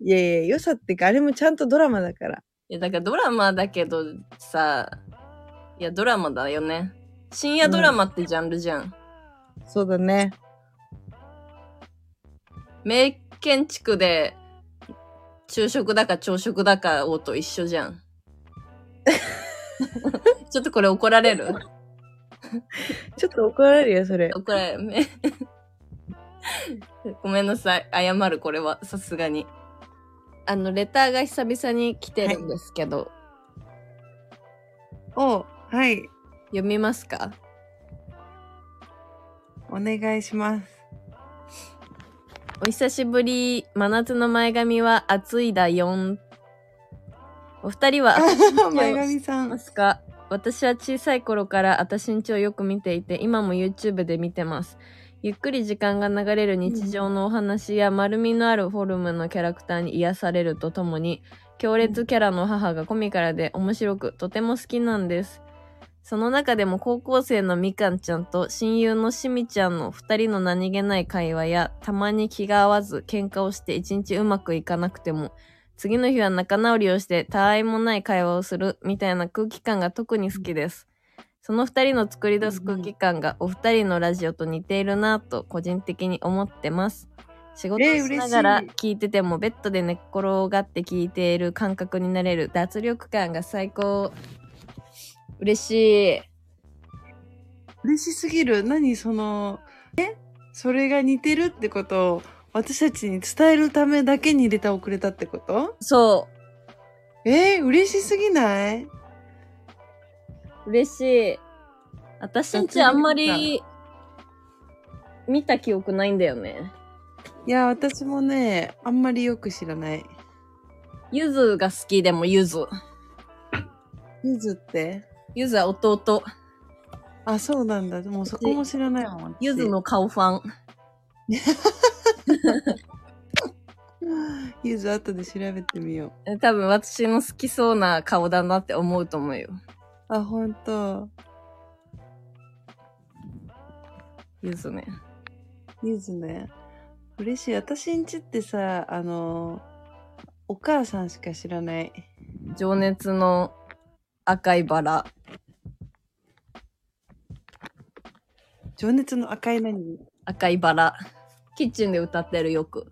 A: いやいや、良さってか、あれもちゃんとドラマだから。
B: いや、だからドラマだけどさ、いや、ドラマだよね。深夜ドラマってジャンルじゃん。
A: そうだね。
B: 名建築で、昼食だか朝食だかをと一緒じゃん。 (laughs) ちょっとこれ怒られる
A: ちょっと怒られるよ、それ。
B: 怒られめ (laughs) ごめんなさい謝るこれはさすがにあのレターが久々に来てるんですけど、
A: おはい。
B: 読みますか
A: お願いします。
B: お久しぶり真夏の前髪は暑いだよんお二人
A: (laughs)
B: は前髪
A: さ
B: いま。すか私は小さい頃からあたしんちをよく見ていて今も YouTube で見てますゆっくり時間が流れる日常のお話や丸みのあるフォルムのキャラクターに癒されるとともに強烈キャラの母がコミカルで面白くとても好きなんですその中でも高校生のみかんちゃんと親友のしみちゃんの2人の何気ない会話やたまに気が合わず喧嘩をして一日うまくいかなくても次の日は仲直りをしてたわいもない会話をするみたいな空気感が特に好きです。その二人の作り出す空気感がお二人のラジオと似ているなぁと個人的に思ってます。仕事を
A: えー
B: しながら
A: 嬉
B: 聞いててもベッドで寝っ転がって聞いている感覚になれる脱力感が最高。嬉しい。
A: 嬉しすぎる。何その、えそれが似てるってことを私たちに伝えるためだけにレターをくれたってこと
B: そ。
A: えー、嬉しすぎないう
B: 嬉しい。私んちあんまり見た記憶ないんだよね。
A: いや、私もね、あんまりよく知らない。
B: ゆずが好きでもゆず。
A: ゆずって
B: ゆずは弟。
A: あ、そうなんだ。もうそこも知らないもん。
B: ゆずの顔ファン。
A: 私。 (laughs) ゆず後で調べてみよ
B: え多分私の好きそうな顔だなって思うと思うよ。
A: う。あ、ほんと。
B: ゆずね。
A: ゆずね。嬉しい。私んちってさ、あの、お母さんしか知らない。
B: 情熱の赤いバラ。
A: 情熱の赤い何
B: 赤いバラ。キッチンで歌ってるよく。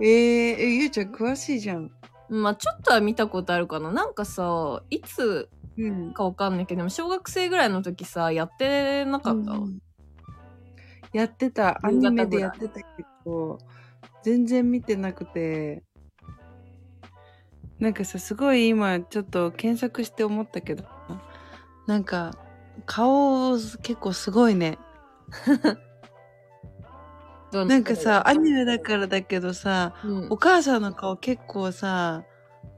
A: えー、え、ゆうちゃん詳しいじゃん。
B: まあちょっとは見たことあるかな。なんかさ、いつ
A: うん。
B: かわかんないけど、でも小学生ぐらいの時さ、やってなかった。
A: うんやってた。ア
B: 夕
A: ニ
B: 方
A: メで
B: ぐら
A: や
B: い
A: ってたけど、全然見てなくて。なんかさ、すごい今、ちょっと検索して思ったけど、なんか、顔結構すごいね。
B: ど
A: なんかさ、アニメだからだけどさ、
B: うん
A: お母さんの顔結構さ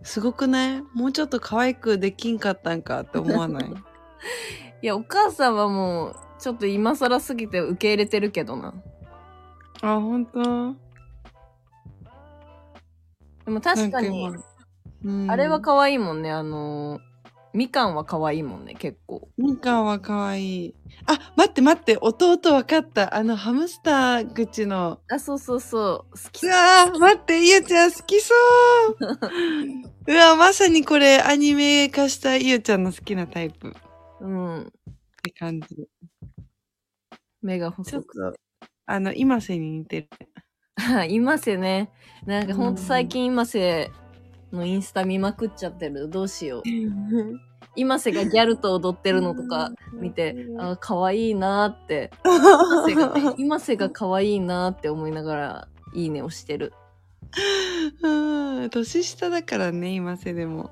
A: すごくないもうちょっと可愛くできんかったんかって思わ
B: (laughs)
A: ない
B: いや、お母さんはもう、ちょっと今更すぎて受け入れてるけどな。
A: あ本当
B: でも確かに、
A: なん今
B: あれは
A: か
B: 可愛いもんね。あのー、みかんは可愛いもんね、結構。
A: みかんは可愛いあ待って待って弟わかったあのハムスター口の
B: あ、そうそうそう。好き
A: う。わー待ってゆうちゃん好きそう
B: (laughs)
A: うわまさにこれアニメ化したゆうちゃんの好きなタイプっ
B: うん。
A: て感じ
B: 目が
A: ちょ
B: 細
A: っ
B: く。
A: とあの今瀬に似てる
B: (laughs) はい今瀬ね。なんかほんと
A: うん
B: 最近今瀬のインスタ見まくっちゃってる。どうしよう。今瀬がギャルと踊ってるのとか見て、あ、可愛いなーって。今瀬が (laughs) ね、今瀬が可愛いなーって思いながら、いいねをしてる。
A: うん (laughs) 年下だからね今瀬でも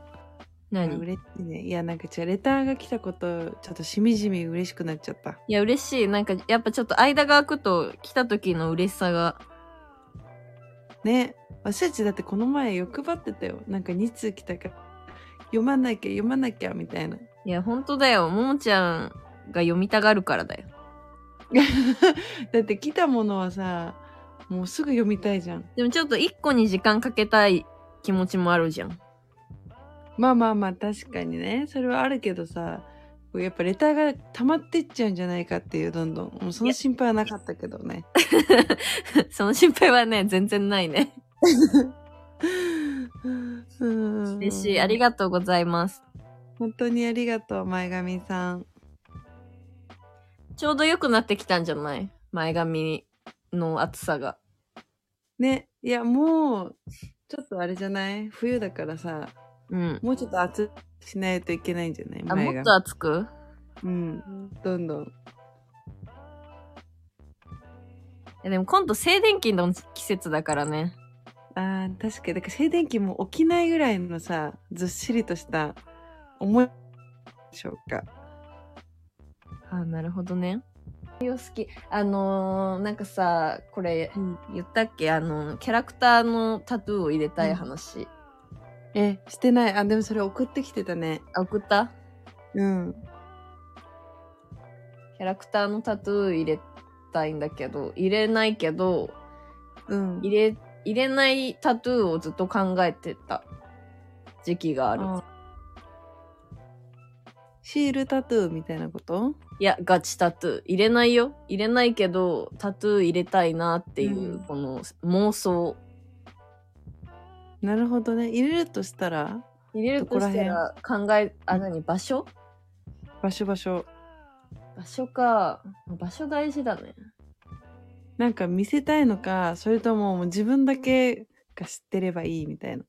B: 何
A: 嬉しいねいやなんか違うレターが来たことちょっとしみじみ嬉しくなっちゃった
B: いや、嬉しい。なんか、やっぱちょっと間が空くと、来た時の嬉しさが。
A: ね私たちだってこの前欲張ってたよなんか2通来たから読まなきゃ読まなきゃみたい
B: (laughs)
A: な
B: いや、本当だよ。ももちゃんが読みたがるからだよ。
A: だって来たものはさもうすぐ読みたいじゃん
B: でもちょっと一個に時間かけたい気持ちもあるじゃん。 (laughs)
A: まあまあまあ確かにねそれはあるけどさこうやっぱレターが溜まってっちゃうんじゃないかっていうどんどんもうその心配はなかったけど
B: (laughs)
A: ね
B: その心配はね、全然ないね。嬉
A: 嬉
B: しい。ありがとうございます。
A: 本当にありがとう前髪さん
B: ちょうど良くなってきたんじゃない前髪の厚さが。
A: ねいやもうちょっとあれじゃない冬だからさ
B: うん。
A: もうちょっと暑くしないといけないんじゃない
B: あ、
A: 前
B: も
A: が
B: っと厚く
A: うんどんどん
B: いやでも今度静電気の季節だからね。
A: あー確かにだから静電気も起きないぐらいのさずっしりとした思いでしょうか
B: あ、なるほどね。好き。あのー、なんかさ、これ
A: うん
B: 言ったっけあの、キャラクターのタトゥーを入れたい話。
A: えしてないあでもそれ送ってきてたね
B: あ、送った
A: うん
B: キャラクターのタトゥー入れたいんだけど、入れないけど、
A: うん
B: 入れ、入れないタトゥーをずっと考えてた時期がある。
A: あシールタトゥーみたいなこと
B: いや、ガチタトゥー。入れないよ。入れないけど、タトゥー入れたいなっていう、
A: うん
B: この妄想。
A: なるほどね入れるとしたら
B: 入れるとしたら考え、あ、何場所
A: 場所場所
B: 場所か。場所大事だね。
A: なんか見せたいのかそれとももう自分だけが知ってればいいみたいな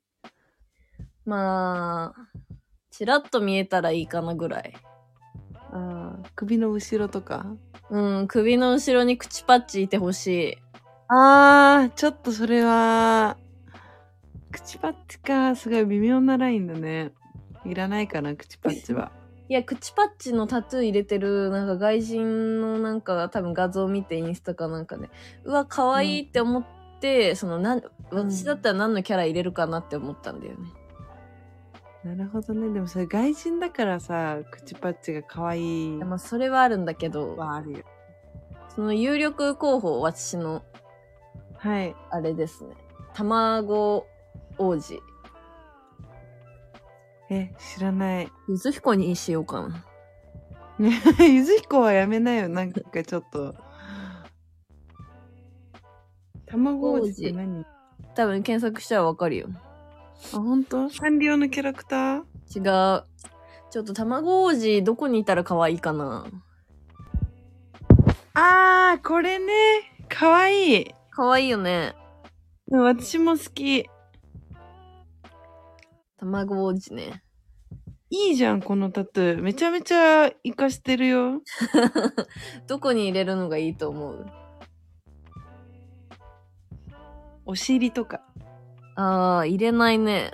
B: まあ、ちらっと見えたらいいかなぐらい。
A: あー首の後ろとか
B: うん、首の後ろに口パッチいてほしい。
A: あーちょっとそれは口パッチかすごい微妙なラインだねいらないかな口パッチ (laughs) は
B: いや、口パッチのタトゥー入れてる、なんか外人のなんか多分画像見てインスタかなんかで、うわ、可愛いって思って、そのなん、私だったら何のキャラ入れるかなって思ったんだよね。
A: なるほどねでもそれ外人だからさ口パッチが可愛い
B: まあ、それはあるんだけど、
A: はあるよ
B: その有力候補、私の
A: はい
B: あれですね。卵王子。
A: え知らない
B: ゆずひこにしようかな。
A: ね、 (laughs) ゆず彦はやめなよ。なんかちょっと。卵王子って何あ、
B: 多分検索したらわかるよ。
A: 本当？サンリオのキャラクター
B: 違う。ちょっと卵王子どこにいたら可愛いかな。
A: あー、これね。かわいい。
B: 可愛いよね。
A: うん私も好き。
B: 卵王子ね。
A: いいじゃん、このタトゥー。めちゃめちゃ活かしてるよ。
B: どこに入れるのがいいと思う
A: お尻とか。
B: ああ、入れないね。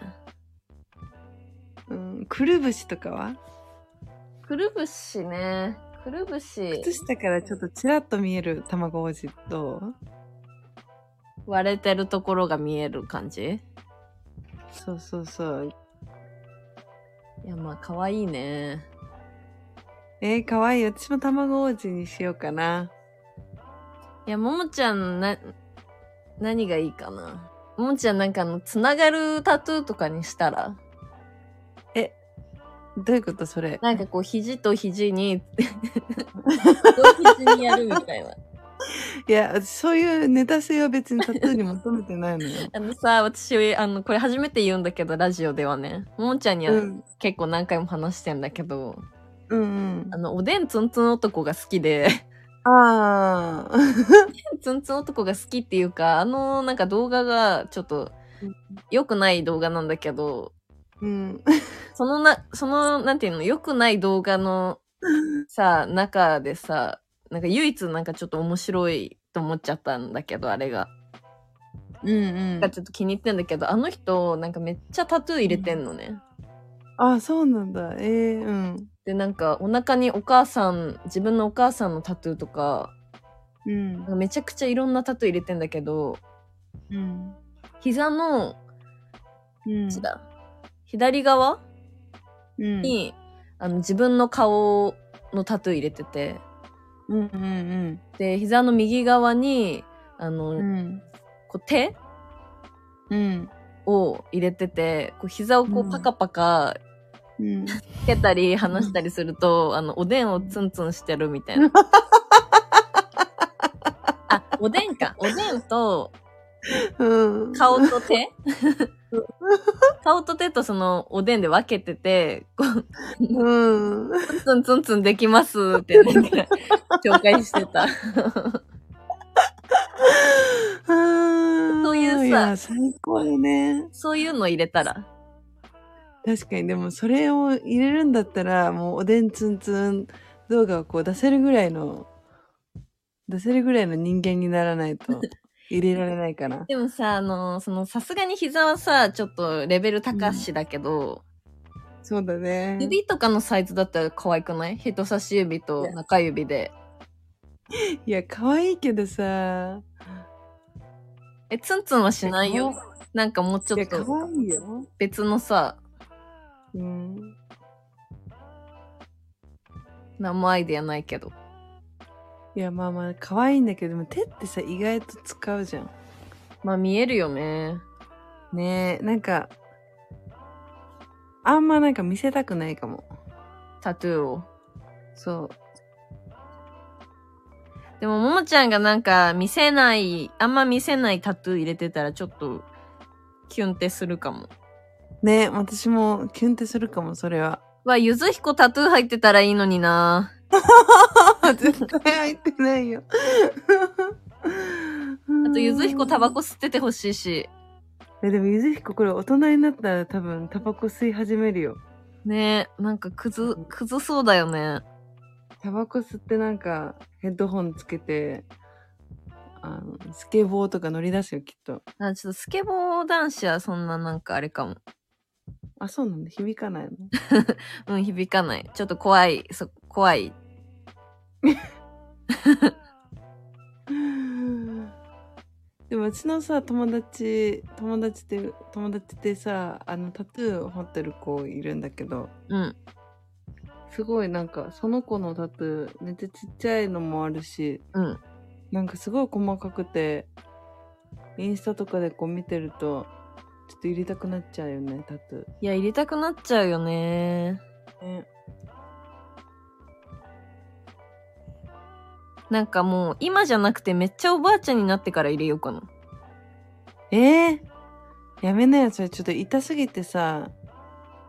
A: うん、くるぶしとかは
B: くるぶしね。くるぶし
A: 靴下からちょっとちらっと見える卵王子と、
B: 割れてるところが見える感じ
A: そうそうそう。
B: いや、まあ、可愛いね。
A: えー、かわいい。私も卵王子にしようかな。
B: いや、ももちゃん、な、何がいいかな。ももちゃん、なんかあの、つながるタトゥーとかにしたら、
A: どういうことそれ。
B: なんかこう、肘と肘に、 (laughs) 両肘にやるみたいな。。
A: いや、私そういうネタ性は別にタトゥーに求めてないのよ
B: あのさ、私、あの、これ初めて言うんだけど、ラジオではね、ももちゃんには
A: うん。
B: 結構何回も話してんだけど、
A: うんうん
B: あ。の、おでんつんつん男が好きで、 (laughs)
A: ああ。
B: ツンツン男が好きっていうかあのなんか動画がちょっと良くない動画なんだけど
A: うん。
B: そのなそのなんていうの良くない動画のさ中でさなんか唯一なんかちょっと面白いと思っちゃったんだけどあれが
A: うんうん
B: なんか。ちょっと気に入ってんだけどあの人なんかめっちゃタトゥー入れてんのね、
A: あ、そうなんだ。ええうん。
B: でなんかお腹にお母さん自分のお母さんのタトゥーとか
A: うん
B: なん。かめちゃくちゃいろんなタトゥー入れてんだけど
A: うん。
B: 膝の
A: うん
B: どっちだ左側
A: うん。
B: に、あの自分の顔のタトゥー入れてて
A: うんうん
B: で膝の右側にあの、
A: うん。うん。
B: こう手
A: うん。
B: を入れててこう膝をこ
A: う
B: うんパカパカ
A: うん。
B: つけたり離したりすると、あのおでんをツンツンしてるみた
A: (laughs)
B: いな。あおでんかおでんと
A: うん。
B: 顔
A: (laughs)
B: と手顔と手とそのおでんで分けててこう
A: うん。
B: ツンツンツンできますってなん
A: (laughs)
B: か紹介してた。
A: そう
B: いうさ
A: や、最高よね。
B: そういうの入れたら。
A: 確かに、でもそれを入れるんだったら、もうおでんつんつん動画をこう出せるぐらいの、出せるぐらいの人間にならない
B: (laughs)
A: と入れられないかな。
B: でもさ、あの、その、さすがに膝はさ、ちょっとレベル高しだけど、
A: そうだね。
B: 指とかのサイズだったら可愛くない人差し指と中指で。
A: いや、可愛いけどさ。
B: え、ツンツンはしないよ。なんかもうち
A: い
B: ょっ
A: や、可
B: と
A: 愛いよ。
B: 別のさ、
A: うん。
B: 何もアイディアないけど。
A: いや、まあまあ、可愛いんだけど、でも手ってさ、意外と使うじゃん。
B: まあ見えるよね。
A: ねえ、なんか、あんまなんか見せたくないかも。
B: タトゥーを。
A: そう。
B: でも、ももちゃんがなんか見せない、あんま見せないタトゥー入れてたらちょっと、キュンってするかも。
A: ねえ、私もキュンってするかも、それは。
B: わ、ゆずひこタトゥー入ってたらいいのにな
A: 絶対入ってないよ。
B: (laughs) あと、ゆずひこタバ
A: コ。
B: コ吸っててほしいし。
A: え、でもゆずひここれ大人になったら多分タバコ吸い始めるよ。
B: ねえ、なんかくず、くずそうだよね。
A: タバコ吸ってなんかヘッドホンつけて、あの、スケボーとか乗り出すよ、きっと。
B: あちょっとスケボー男子はそんななんかあれかも。
A: あ、そうなんだ。響かないの。
B: うん、響かない。ちょっと怖い、そ、怖い。
A: (laughs) でもうちのさ友達友達って友達ってさあのタトゥーを持ってる子いるんだけど
B: うん。
A: すごいなんかその子のタトゥーめっちゃちっちゃいのもあるし
B: うん。
A: なんかすごい細かくてインスタとかでこう見てるとちょっと入れたくなっちゃうよねタトゥ
B: いや、入れたくなっちゃうよね。
A: ー。ね、
B: なんかもう今じゃなくてめっちゃおばあちゃんになってから入れようかな。
A: えー、やめなよそれちょっと痛すぎてさ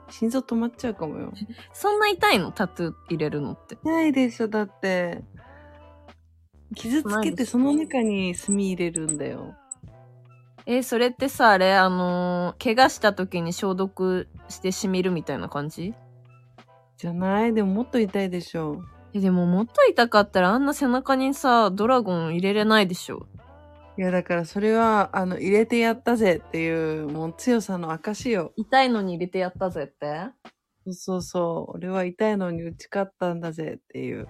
A: 心臓止まっちゃうかもよ
B: そんな痛いのタトゥー入れるのって。
A: ないでしょだって傷つけてその中に墨入れるんだよ
B: えーそれってさ、あれ、あのー怪我した時に消毒して染みるみたいな感じ
A: じゃないでももっと痛いでしょ
B: え、でももっと痛かったらあんな背中にさ、ドラゴン入れれないでしょ。
A: いやだからそれはあの入れてやったぜっていうもう強さの証よ
B: 痛いのに入れてやったぜって
A: そうそうそう俺は痛いのに打ち勝ったんだぜっていう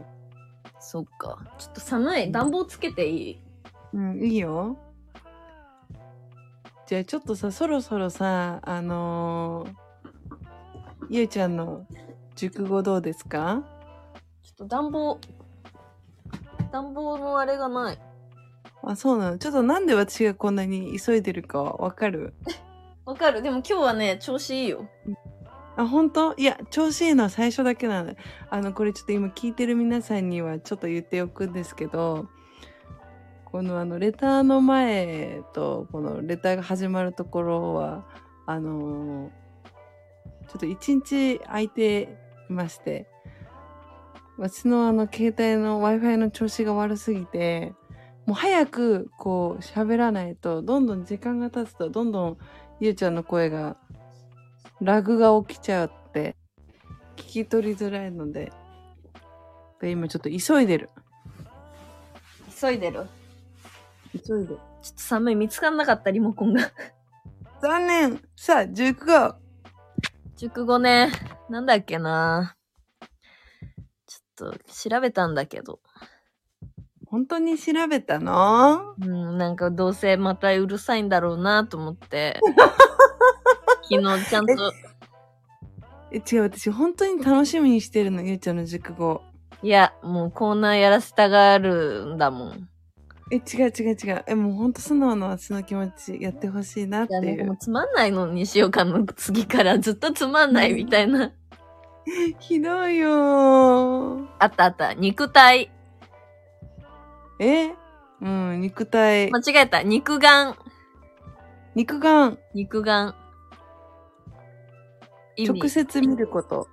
B: そっか。ちょっと寒い。暖房つけていい
A: うん、いいよ。じゃあちょっとさ、そろそろさ、あのーゆうちゃんの熟語どうですか
B: ちょっと暖房、暖房のあれがない。
A: あ、そうなの。ちょっとなんで私がこんなに急いでるかわかる
B: わかる。でも今日はね、調子いいよ。
A: あ、本当いや、調子いいのは最初だけなの。あの、これちょっと今聞いてる皆さんにはちょっと言っておくんですけど、このあの、レターの前と、このレターが始まるところは、あのーちょっと一日空いていまして、私のあの、携帯の Wi-Fi の調子が悪すぎて、もう早くこう喋らないと、どんどん時間が経つと、どんどんゆうちゃんの声がラグが起きちゃって聞き取りづらいのでで今ちょっと急いでる
B: 急いでる。
A: 急いでる
B: ちょっと寒い。見つかんなかった、リモコンが。
A: 残念さあ熟語
B: (laughs) 熟語ね。なんだっけな。ちょっと調べたんだけど。
A: 本当に調べたの
B: うん、なんかどうせまたうるさいんだろうなと思って。昨日ちゃんと。
A: え違う私本当に楽しみにしてるのゆうちゃんの熟語
B: いや、もうコーナーやらせたがるんだもん。
A: え違う違う違うえもう本当素直な私の気持ちやってほしいなっ
B: い
A: て
B: や、ないんかもう
A: う
B: つまんないのにしようかな。次からずっとつまんないみたいな。
A: ひどいよー
B: あったあった。肉体。
A: えうん肉体
B: 間違えた。肉眼。
A: 肉眼
B: 肉眼。意味
A: 直接見ること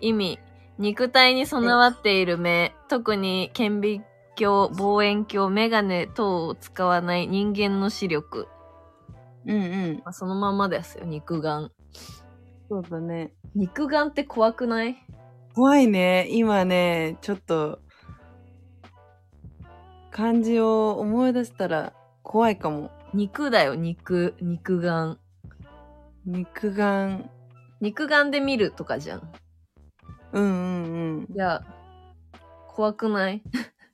B: 意味肉体に備わっている目特に顕微鏡望遠鏡メガネ等を使わない人間の視力、
A: うんうん
B: まあ、そのままですよ肉眼
A: そうだね
B: 肉眼って怖くない
A: 怖いね今ねちょっと漢字を思い出したら怖いかも
B: 肉だよ肉肉眼
A: 肉眼
B: 肉眼で見るとかじゃん
A: うんうんうん
B: いや怖くない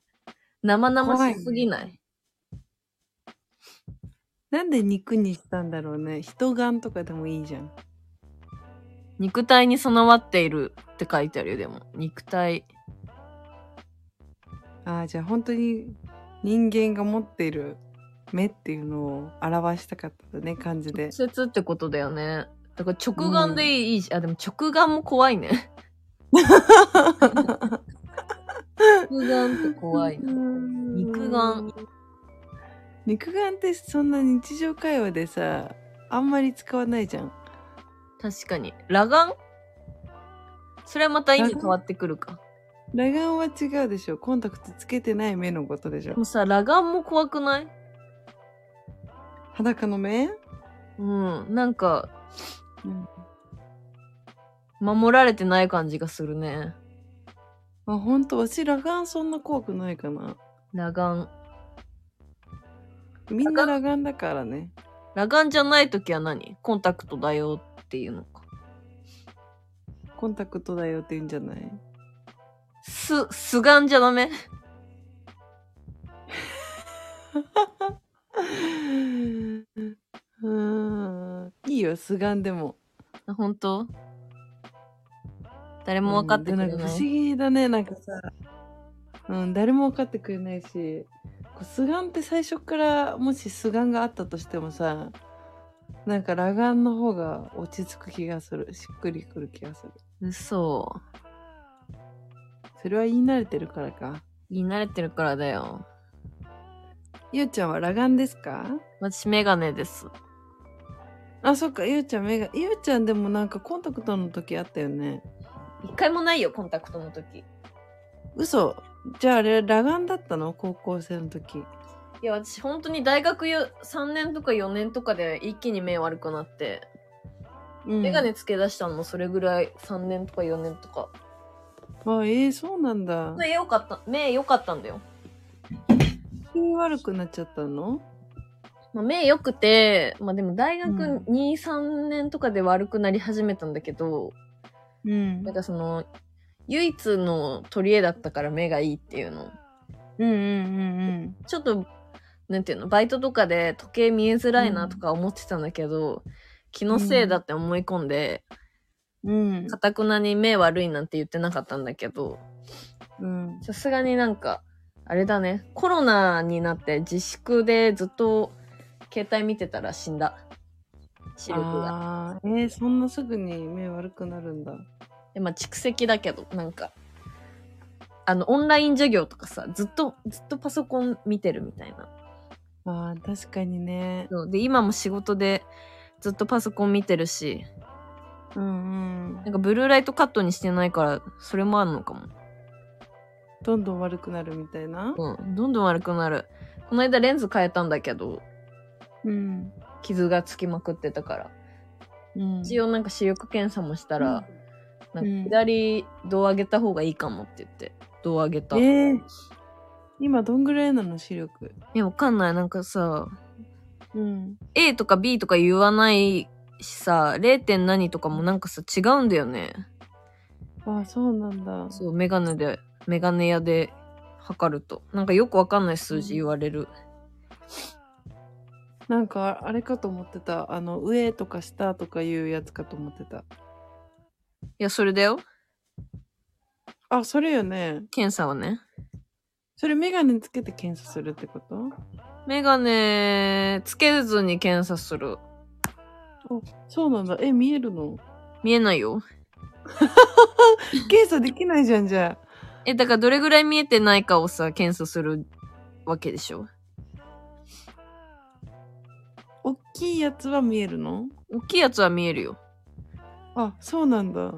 B: (laughs) 生々しすぎない
A: なんで肉にしたんだろうね人眼とかでもいいじゃん
B: 肉体に備わっているって書いてあるよでも肉体
A: あーじゃあ本当に人間が持っている目っていうのを表したかったんだね漢字で
B: 直接ってことだよね。だから直眼でいい,、し、あ、でも直眼も怖いね。直眼って (laughs) 怖いな。
A: 肉
B: 肉眼
A: 肉眼ってそんな日常会話でさあんまり使わないじゃん
B: (laughs) 確かに。裸眼それはまた意味変わってくるか。
A: 裸眼は違うでしょコンタクトつけてない目のことでし
B: で
A: ょ
B: もさ、裸眼も怖くない
A: 裸の目
B: うん。なんか、
A: うん
B: 守られてない感じがするね。
A: あ本当私裸眼そんな怖くないかな
B: 裸眼。
A: みんな裸眼だからね
B: 裸眼じゃないときは何コンタクトだよっていうのか。
A: コンタクトだよって言うんじゃない
B: す、素眼じゃダメ (laughs)
A: うーんいいよ素眼でも
B: あ本当誰も分かってく
A: う
B: れ
A: んで
B: なん
A: か不
B: い
A: 思。議だねなんかさ、うん、誰も分かってくれないしこう素眼って最初からもし素眼があったとしてもさなんか裸眼の方が落ち着く気がするしっくりくる気がする
B: 嘘。
A: それは言い慣れてるからか
B: 言い慣れてるからだよ。
A: ゆうちゃんは裸眼ですか
B: 私、メガネです。
A: あ、そっか、ゆうちゃん目が、ゆうちゃんでもなんかコンタクトの時あったよね。
B: 一回もないよ、コンタクトの時。
A: 嘘。じゃああれ、裸眼だったの高校生の時。
B: いや、私、本当に大学よ3年とか4年とかで一気に目悪くなって、
A: うん、
B: メガネつけ出したのもそれぐらい3年とか4年とか。
A: あ、ええそうなんだ。
B: 目良かった、目良かったんだよ。
A: 気に悪くなっちゃったの
B: まあ、目良くて、まあでも大学
A: うん
B: 2、3年とかで悪くなり始めたんだけど、
A: うん
B: なんかその、唯一の取り柄だったから目がいいっていうの。
A: うんうん
B: ちょっと、なんていうの、バイトとかで時計見えづらいなとか思ってたんだけど、気のせいだって思い込んで、
A: うんうん。
B: かたくなに目悪いなんて言ってなかったんだけど、
A: うん。
B: さすがになんか、あれだね、コロナになって自粛でずっと携帯見てたら死んだ。視力が。
A: ああ、えーそんなすぐに目悪くなるんだ。
B: でまあ蓄積だけど、なんか、あの、オンライン授業とかさ、ずっと、ずっとパソコン見てるみたいな。
A: ああ、確かにね。
B: そうで、今も仕事でずっとパソコン見てるし、
A: うんうん
B: な。んかブルーライトカットにしてないから、それもあるのかも。
A: どんどん悪くなるみたいな。
B: うん、どんどん悪くなる。この間レンズ変えたんだけど、
A: うん。
B: 傷がつきまくってたから。
A: うん。
B: 一応なんか視力検査もしたら、
A: ん
B: なんか左胴上げた方がいいかもって言って、胴上げた。
A: えー今どんぐらいなの視力。
B: え、わかんない。なんかさ、
A: うん。
B: A とか B とか言わないしさ、0. 点何とかもなんかさ、違うんだよね。
A: ああ、そうなんだ。
B: そう、メガネで、メガネ屋で測ると。なんかよくわかんない数字言われる。
A: なんかあれかと思ってた。あの、上とか下とかいうやつかと思ってた。
B: いや、それだよ。
A: あ、それよね。
B: 検査はね。
A: それメガネつけて検査するってこと
B: メガネつけずに検査する。
A: そうなんだ。え、見えるの
B: 見えないよ。
A: 検査できないじゃん、じゃあ。
B: え、だからどれぐらい見えてないかをさ、検査するわけでしょ。
A: 大きいやつは見えるの
B: 大きいやつは見えるよ。
A: あ、そうなんだ。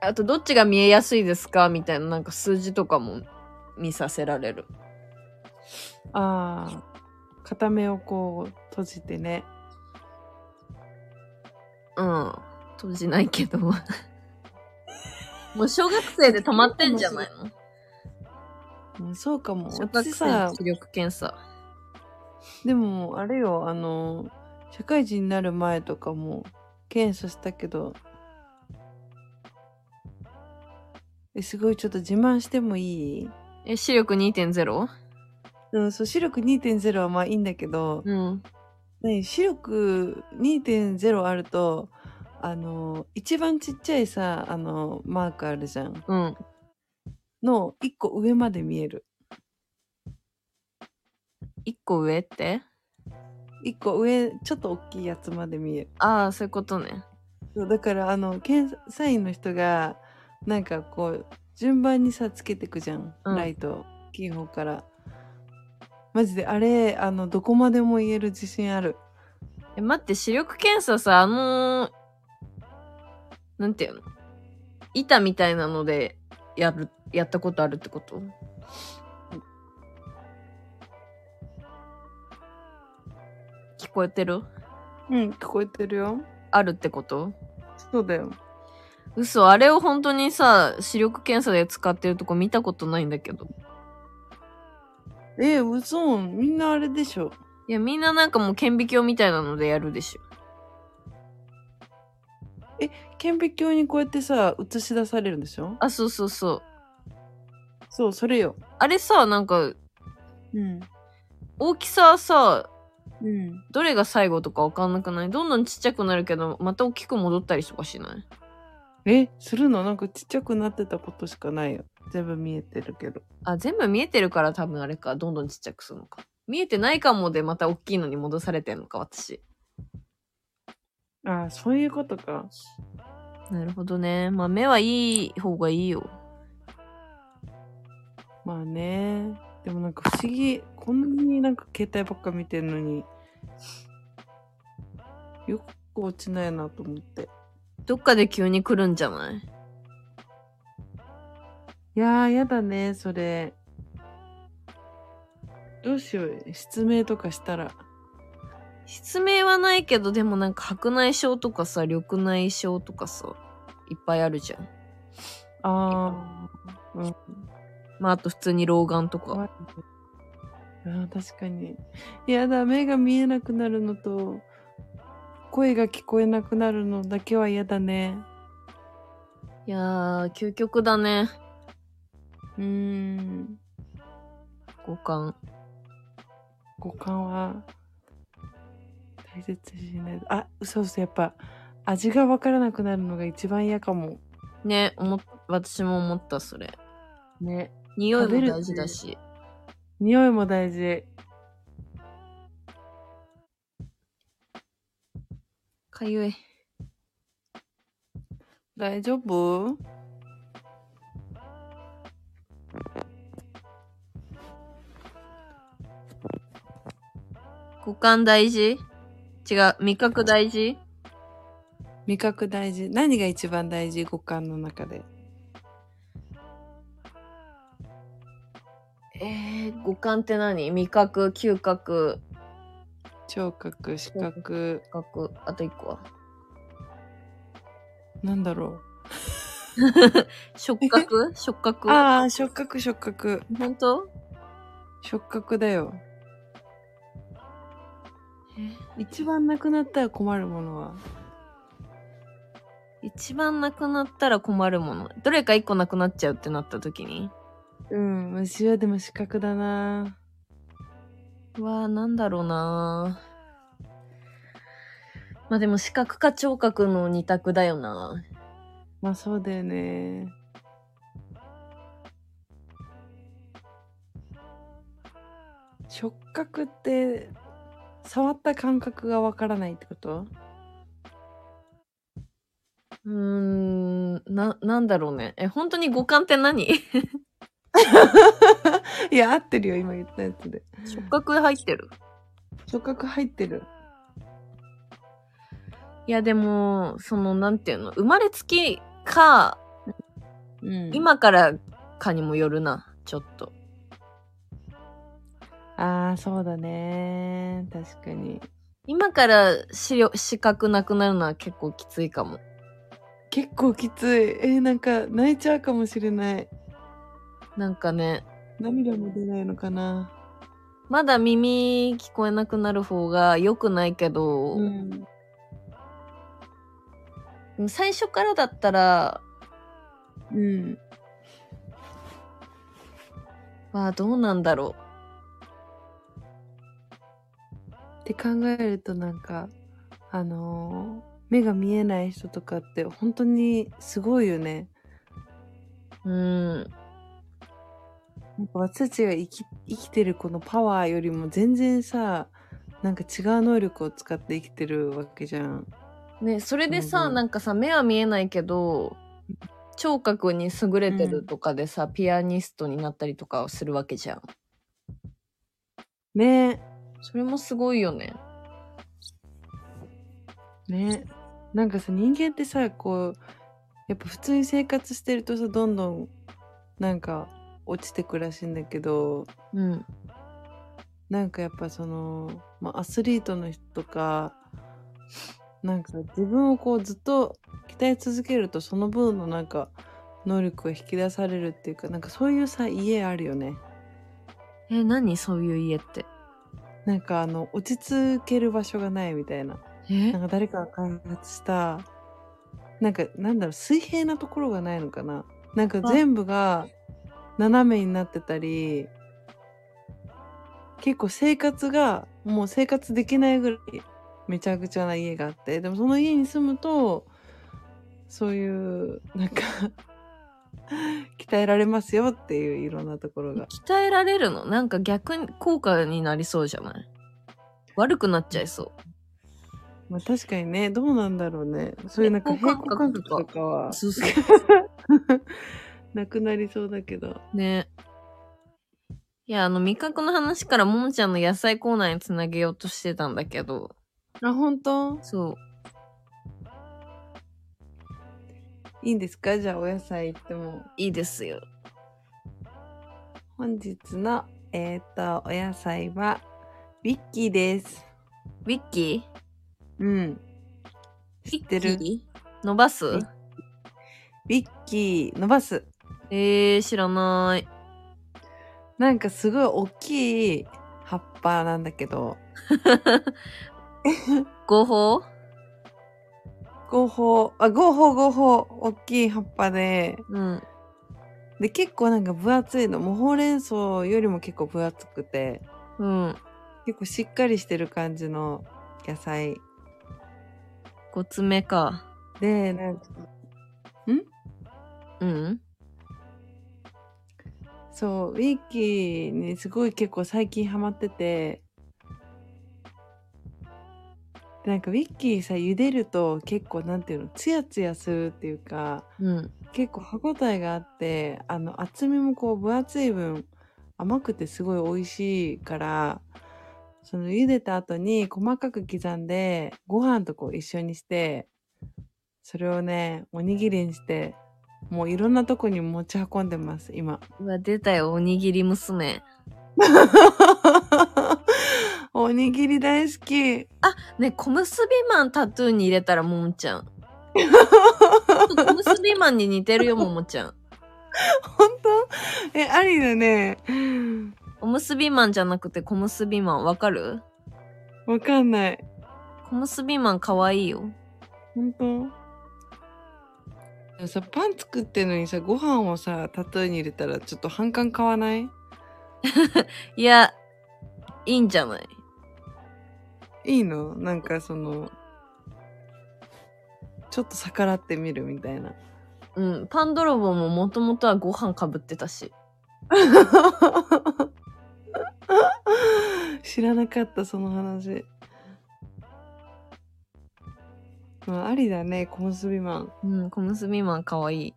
B: あと、どっちが見えやすいですかみたいな、なんか数字とかも見させられる。
A: ああ。片目をこう閉じてね。
B: うん。閉じないけ (laughs) ど。もう小学生で溜まってんじゃないの
A: うん、そうかも。
B: 小学
A: 私
B: 生の
A: さ、
B: 視力検査。
A: でも、あれよ、あの、社会人になる前とかも、検査したけど、え、すごい、ちょっと自慢してもいい
B: え、視力 2.0?
A: うん、そう、視力2.0はまあいいんだけど、
B: うん。
A: ね、視力2.0あるとあの一番ちっちゃいさあのマークあるじゃん
B: うん。
A: の1個上まで見える
B: 一個上って
A: 1個上ちょっと大きいやつまで見える
B: ああ、そういうことね。
A: そうだからあの検査員の人がなんかこう順番にさつけてくじゃん、
B: うん
A: ライト大きい方からマジであれあのどこまでも言える自信ある
B: え、待って、視力検査さ、あのーなんていうの板みたいなので、やる、やったことあるってこと聞こえてる
A: うん聞こえてるよ
B: あるってこと
A: そうだよ
B: 嘘、あれを本当にさ、視力検査で使ってるとこ見たことないんだけど。
A: え嘘みんなあれでしょ
B: いや、みんななんかもう顕微鏡みたいなのでやるでしょ。
A: 顕微鏡にこうやってさ映し出されるんでしょ
B: あ、そうそうそう。
A: そうそれよ
B: あれさ、なんか、
A: うん
B: 大きささ、
A: うん
B: どれが最後とかわかんなくないどんどんちっちゃくなるけど、また大きく戻ったりとかしない
A: えするのなんかちっちゃくなってたことしかないよ全部見えてるけど
B: あ、全部見えてるから多分あれか。どんどんちっちゃくするのか。見えてないかもでまた大きいのに戻されてんのか、私。
A: ああそういうことか
B: なるほどね。まあ目はいい方がいいよ。
A: まあねでもなんか不思議こんなになんか携帯ばっか見てんのによく落ちないなと思って
B: どっかで急に来るんじゃない
A: いやーやだねそれどうしよう失明とかしたら
B: 失明はないけどでもなんか白内障とかさ緑内障とかさいっぱいあるじゃん
A: ああうん
B: まああと普通に老眼とか
A: 怖いあー確かにいやだ目が見えなくなるのと声が聞こえなくなるのだけは嫌だね
B: いやー究極だね
A: うーん
B: 五感
A: 五感は大切にしないとあそうそうやっぱ味が分からなくなるのが一番嫌かも
B: ね思っ私も思ったそれ
A: ね
B: 匂い
A: 食べ
B: も
A: る
B: 大事だし
A: 匂いも大事
B: かゆい
A: 大丈夫
B: 五感大事違う味覚大事
A: 味覚大事何が一番大事五感の中で
B: えー、五感って何味覚嗅覚
A: 聴覚視覚
B: 味覚あと一個は
A: なんだろ
B: 触 (laughs) 覚触
A: う
B: 覚
A: ああ触覚触覚
B: 本当
A: 触覚だよ
B: えー
A: 一番なくなったら困るものは
B: 一番なくなったら困るものどれか一個なくなっちゃうってなった時に
A: うん虫はでも視覚だな
B: うわあなんだろうなまあでも視覚か聴覚の二択だよな
A: まあそうだよね触覚って触った感覚がわからないってこと
B: うーんななんだろうねえ本当に五感って何
A: い
B: (laughs)
A: や合ってるよ今言ったやつで
B: 触覚入ってる
A: 触覚入ってる
B: いやでもそのなんていうの生まれつきか
A: うん
B: 今からかにもよるなちょっと
A: ああそうだね確かに
B: 今から視力視覚なくなるのは結構きついかも
A: 結構きついえーなんか泣いちゃうかもしれない
B: なんかね
A: 涙も出ないのかな
B: まだ耳聞こえなくなる方が良くないけど、
A: うん
B: 最初からだったら、
A: うん
B: まあどうなんだろ
A: って考えるとなんかあのー目が見えない人とかって本当にすごいよね
B: う。うん。
A: なんか私たちが生き生きてるこのパワーよりも全然さなんか違う能力を使って生きてるわけじゃん
B: ね、それでさ、
A: うんうん
B: なんかさ、目は見えないけど、聴覚に優れてるとかでさ、ピアニストになったりとかをするわけじゃん。
A: ね
B: それもすごいよね。
A: ねなんかさ人間ってさこうやっぱ普通に生活してるとさどんどんなんか落ちてくらしいんだけど
B: うん。
A: なんかやっぱその、まあ、アスリートの人とかなんか自分をこうずっと鍛え続けるとその分のなんか能力が引き出されるっていうかなんかそういうさ家あるよね
B: え、何そういう家って。
A: なんかあの落ち着ける場所がないみたいな
B: え
A: なんか誰かが開発したなんかなんだろう水平なところがないのかななんか全部が斜めになってたり結構生活がもう生活できないぐらいめちゃくちゃな家があってでもその家に住むとそういうなんか (laughs) 鍛えられますよっていういろんなところが
B: 鍛えられるのなんか逆に効果になりそうじゃない悪くなっちゃいそ
A: まあ確かにねどうなんだろうねそういうなんか
B: 平
A: 平
B: 衡
A: 行
B: 感
A: 感
B: 覚
A: 覚
B: と
A: と
B: か
A: かは (laughs)
B: う。そうそ
A: なくなりそうだけど
B: う。ね。いや、あの、味覚の話からももちゃんの野菜コーナーにつなげようとしてたんだけど、
A: あ、本当
B: そう。
A: いいんですかじゃあお野菜行っても。
B: いいですよ。
A: 本日の、えっ、と、お野菜は、ビッキーです。
B: ウィッキ
A: うん。
B: ー
A: 知ってる
B: ウィッキー伸ばす
A: ビッキー伸ばす。
B: えー、知らない。
A: なんかすごい大きい葉っぱなんだけど、
B: 合法
A: 合法、あ、合法合法、大きい葉っぱで、
B: うん。
A: で、結構なんか分厚いの。もうほうれん草よりも結構分厚くて、
B: うん。
A: 結構しっかりしてる感じの野菜。
B: ごつめか。
A: で、なんか、
B: うん。
A: そう、ウィッキーにすごい結構最近ハマってて、でなんかウィッキーさ、茹でると結構なんていうの、ツヤツヤするっていうか、
B: うん。
A: 結構歯ごたえがあってあの厚みもこう分厚い分甘くてすごい美味しいからその茹でた後に細かく刻んでご飯とこう一緒にしてそれをねおにぎりにしてもういろんなとこに持ち運んでます今
B: うわ、出たよ、おにぎり娘。
A: (laughs) おにぎり大好き
B: ね、小結びマンタトゥーに入れたらももちゃん。小結びマンに似てるよ、ももちゃん。
A: 本当えありだね
B: おむすびマンじゃなくて小結びマン、わかる
A: わかんない
B: 小結びマンかわいいよ。
A: 本当でもさパン作ってんのにさご飯をさタトゥーに入れたらちょっと反感買わない
B: いや、いいんじゃない
A: いいのなんかそのちょっと逆らってみるみたいな (laughs)
B: うん、パン泥棒ももともとはご飯かぶってたし。
A: 知らなかったその話まあありだね小結びマン
B: うん、小結びマンかわいい。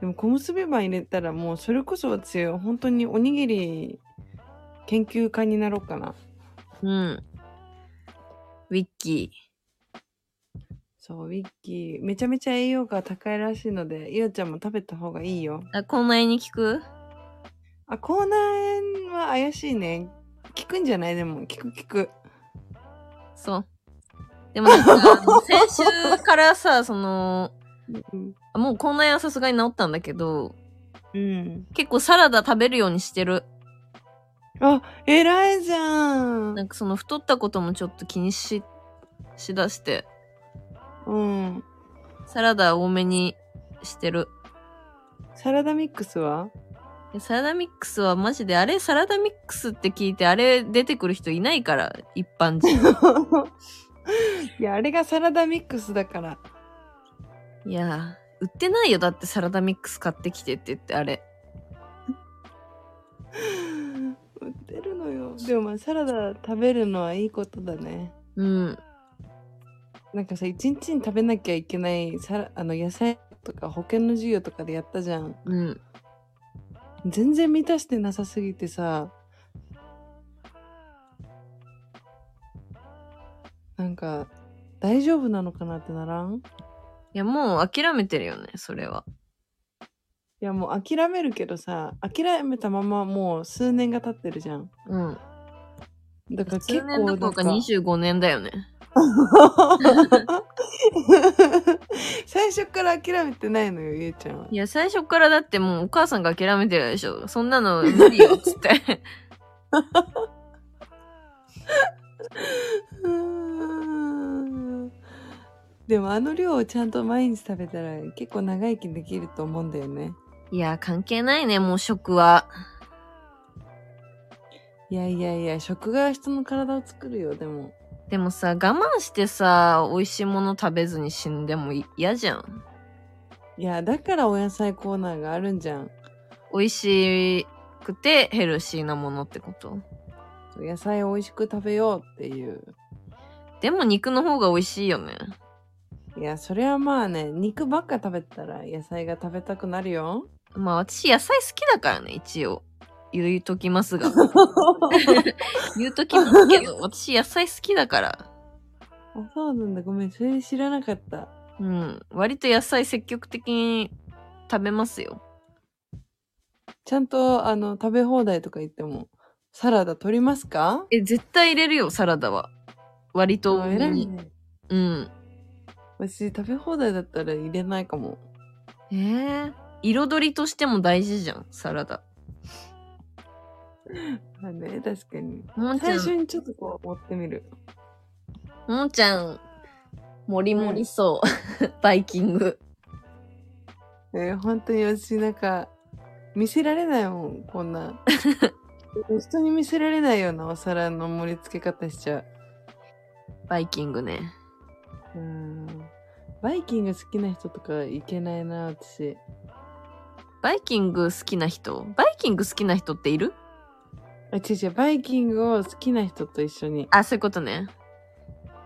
A: でも小結びマン入れたらもうそれこそ私本当におにぎり研究家になろうかな
B: うん。ウィッキ
A: そう、ウィッキー、めちゃめちゃ栄養価高いらしいので、ゆうちゃんも食べた方がいいよ。
B: ー。あ、この絵に聞く
A: あ、口内炎は怪しいね。効くんじゃないでも、効く効く。
B: そう。でもなんか、あの先週からさ、その、
A: うん。
B: あもうこんなはさすがに治ったんだけど、
A: うん、
B: 結構サラダ食べるようにしてる。
A: あ、偉いじゃん
B: な。んかその太ったこともちょっと気にし、しだして、
A: うん。
B: サラダ多めにしてる。
A: サラダミックスは
B: でサラダミックスはマジで、あれサラダミックスって聞いて、あれ出てくる人いないから、一
A: (laughs)
B: 般人。
A: いや、あれがサラダミックスだから。
B: いやー、売ってないよ。だってサラダミックス買ってきてって言って、あれ。
A: 売ってるのよ。でもまあ、サラダ食べるのはいいことだね。
B: うん。
A: なんかさ、一日に食べなきゃいけないサラあの野菜とか保険の授業とかでやったじゃん。
B: うん。
A: 全然満たしてなさすぎてさなんか大丈夫なのかなってならんい
B: いや、もう諦めてるよね、それは。
A: やもう諦めるけどさ諦めたままもう数年が経ってるじゃん
B: うん。
A: だから結
B: 数年
A: 構な
B: どころ
A: ん
B: か
A: か
B: 25年だよね。
A: (laughs) 最初から諦めてないのよゆうちゃんはい
B: や、最初からだってもうお母さんが諦めてるでしょ。そんなの無理よ、つって。 (laughs)
A: うーんでもあの量をちゃんと毎日食べたら結構長生きできると思うんだよね
B: いや、関係ないね、もう食は。
A: いやいやいや、食が人の体を作るよ、でも。
B: でもさ、我慢してさ、美味しいもの食べずに死んでもい嫌じゃん。
A: いや、だからお野菜コーナーがあるんじゃん。
B: 美味しくてヘルシーなものってこと。
A: 野菜を美味しく食べようっていう。
B: でも肉の方が美味しいよね。
A: いや、それはまあね、肉ばっか食べてたら野菜が食べたくなるよ。
B: まあ私野菜好きだからね、一応。言うときます
A: (laughs)
B: が。言うときますけど、私野菜好きだから。
A: あそうなんだごめんそれ知らなかった
B: うん。割と野菜積極的に食べますよ。
A: ちゃんとあの食べ放題とか言ってもサラダ取りますか
B: え、絶対入れるよ、サラダは。割と多
A: あ
B: め
A: 偉い
B: に。
A: ね
B: うん。
A: 私食べ放題だったら入れないかも
B: えー、彩りとしても大事じゃん、サラダ。
A: あね確かに
B: もんち
A: 最
B: ゃん、
A: 初にちょっとこう持ってみる
B: もんちゃん、もりもりそう。 (laughs) バイキング。
A: えー、本当に私なんか見せられないもんこん
B: (laughs)
A: な人に見せられないようなお皿の盛り付け方しちゃう
B: バイキングね。
A: うんバイキング好きな人とかいけないな私
B: バイキング好きな人バイキング好きな人っている
A: あ違う違うバイキングを好きな人と一緒に
B: あ、そういうことね。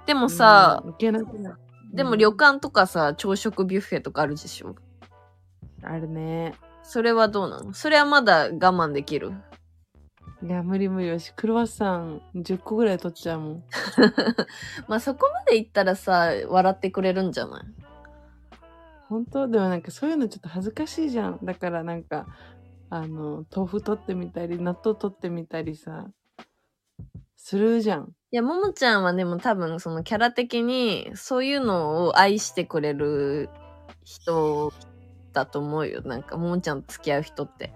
B: でもさ、
A: うんいけなくなる
B: でも旅館とかさ、朝食ビュッフェとかあるでしょ。
A: あるね
B: それはどうなのそれはまだ我慢できる。 (laughs)
A: いや無理無理よしクロワッサン10個ぐらい取っちゃうもん
B: まあそこまで行ったらさ、笑ってくれるんじゃない
A: 本当でもなんかそういうのちょっと恥ずかしいじゃんだからなんかあの豆腐取ってみたり納豆取ってみたりさするじゃん
B: いや、ももちゃんはでも多分そのキャラ的にそういうのを愛してくれる人だと思うよ。なんかももちゃんと付き合う人って。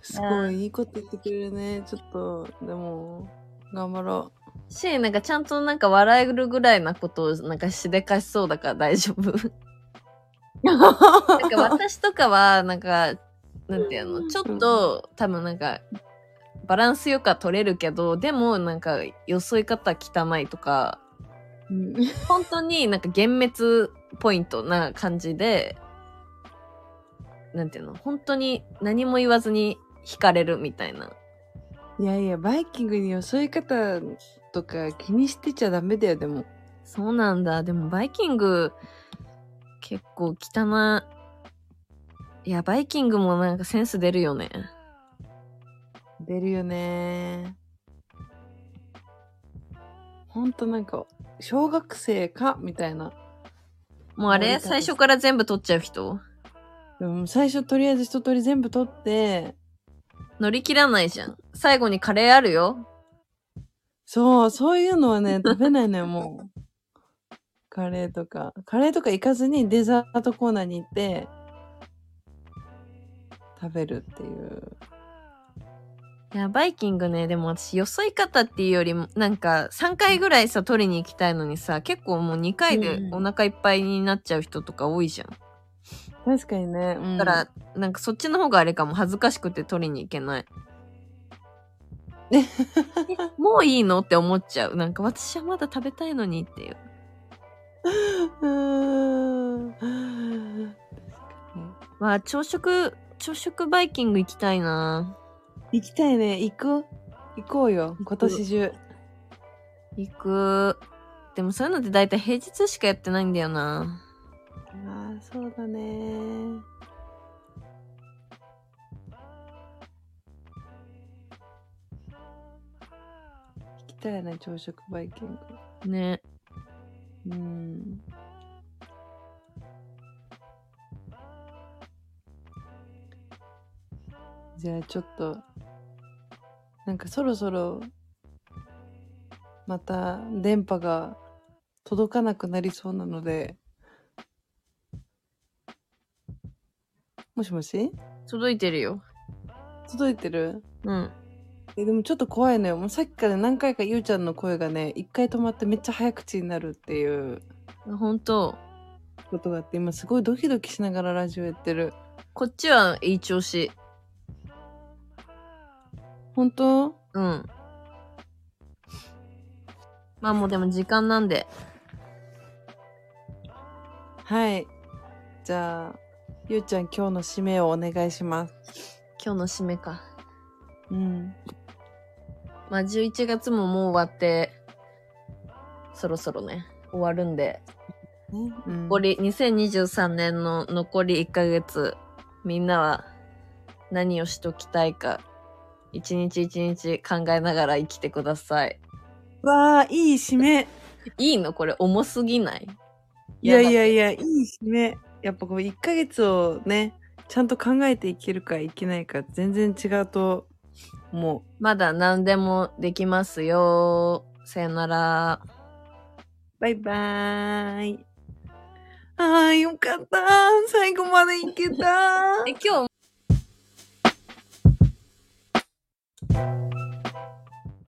A: すごいいいこと言ってくれるねちょっとでも頑張ろ
B: し、なんかちゃんとなんか笑えるぐらいなことをなんかしでかしそうだから大丈夫。
A: う
B: なんか私とかは、なんか、なんていう
A: う
B: の、
A: ん
B: ちょっと、多分なんか、バランスよくは取れるけど、でもなんか、よそい方汚いとか、
A: うん (laughs)
B: 本当になんか幻滅ポイントな感じで、なんていうの、本当に何も言わずに惹かれるみたいな。
A: いやいやバイキングによそい方とか気にしてちゃダメだよでも
B: そうなんだ。でもバイキング、結構汚い。いや、バイキングもなんかセンス出るよね。
A: 出るよねほんとなんか小学生かみたいな
B: もうあ
A: 盛り
B: れ
A: 立て
B: 最初から全部取っちゃう人
A: でも最初とりあえず一通り全部取って
B: 乗り切らないじゃん。最後にカレーあるよ。
A: そうそういうのは
B: (laughs)
A: ね食べないのよもうカレーとかカレーとか行かずにデザートコーナーに行って食べるっていう
B: いや、バイキングね、でも私、よそい方っていうよりも、なんか、3回ぐらいさ、取りに行きたいのにさ、結構もう2回で
A: うんう
B: お
A: ん
B: 腹いっぱいになっちゃう人とか多いじゃん。
A: 確かにね、うん、
B: だ
A: (laughs)
B: から、なんかそっちの方があれかも、恥ずかしくて取りに行け
A: (laughs)
B: ない。もういいのって思っちゃう。なんか、私はまだ食べたいのにっていう。
A: うーん
B: わあ、朝食、朝食バイキング行きたいな
A: 行きたいね行こう行こうよ今年中
B: 行く。でもそういうのって大体平日しかやってないんだよな
A: ああそうだね行きたいね朝食バイキング
B: ね。
A: うんじゃあちょっとなんかそろそろまた電波が届かなくなりそうなのでもしもし
B: 届いてるよ。
A: 届いてる
B: うん。
A: えでもちょっと怖いのよもうさっきから何回かゆうちゃんの声がね一回止まってめっちゃ早口になるっていう
B: 本当
A: ことがあって今すごいドキドキしながらラジオやってる
B: こっちはいい調子。
A: 本当
B: うん。まあもうでも時間なんで。
A: はいじゃあゆうちゃん今日の締めをお願いします
B: 今日の締めか。
A: うん
B: まあ11月ももう終わって、そろそろね、終わるんで。
A: ね、うん
B: 残り、2023年の残り1ヶ月、みんなは何をしときたいか、一日一日考えながら生きてください。
A: わあ、いい締め。
B: いいのこれ重すぎない
A: いやい
B: やだ。
A: やいや、いい締め。やっぱこう1ヶ月をね、ちゃんと考えていけるかいけないか全然違うと思う。
B: まだ何でもできますよ。さよなら。
A: バイバーイ。あーよかった。最後までいけた。
B: え、今日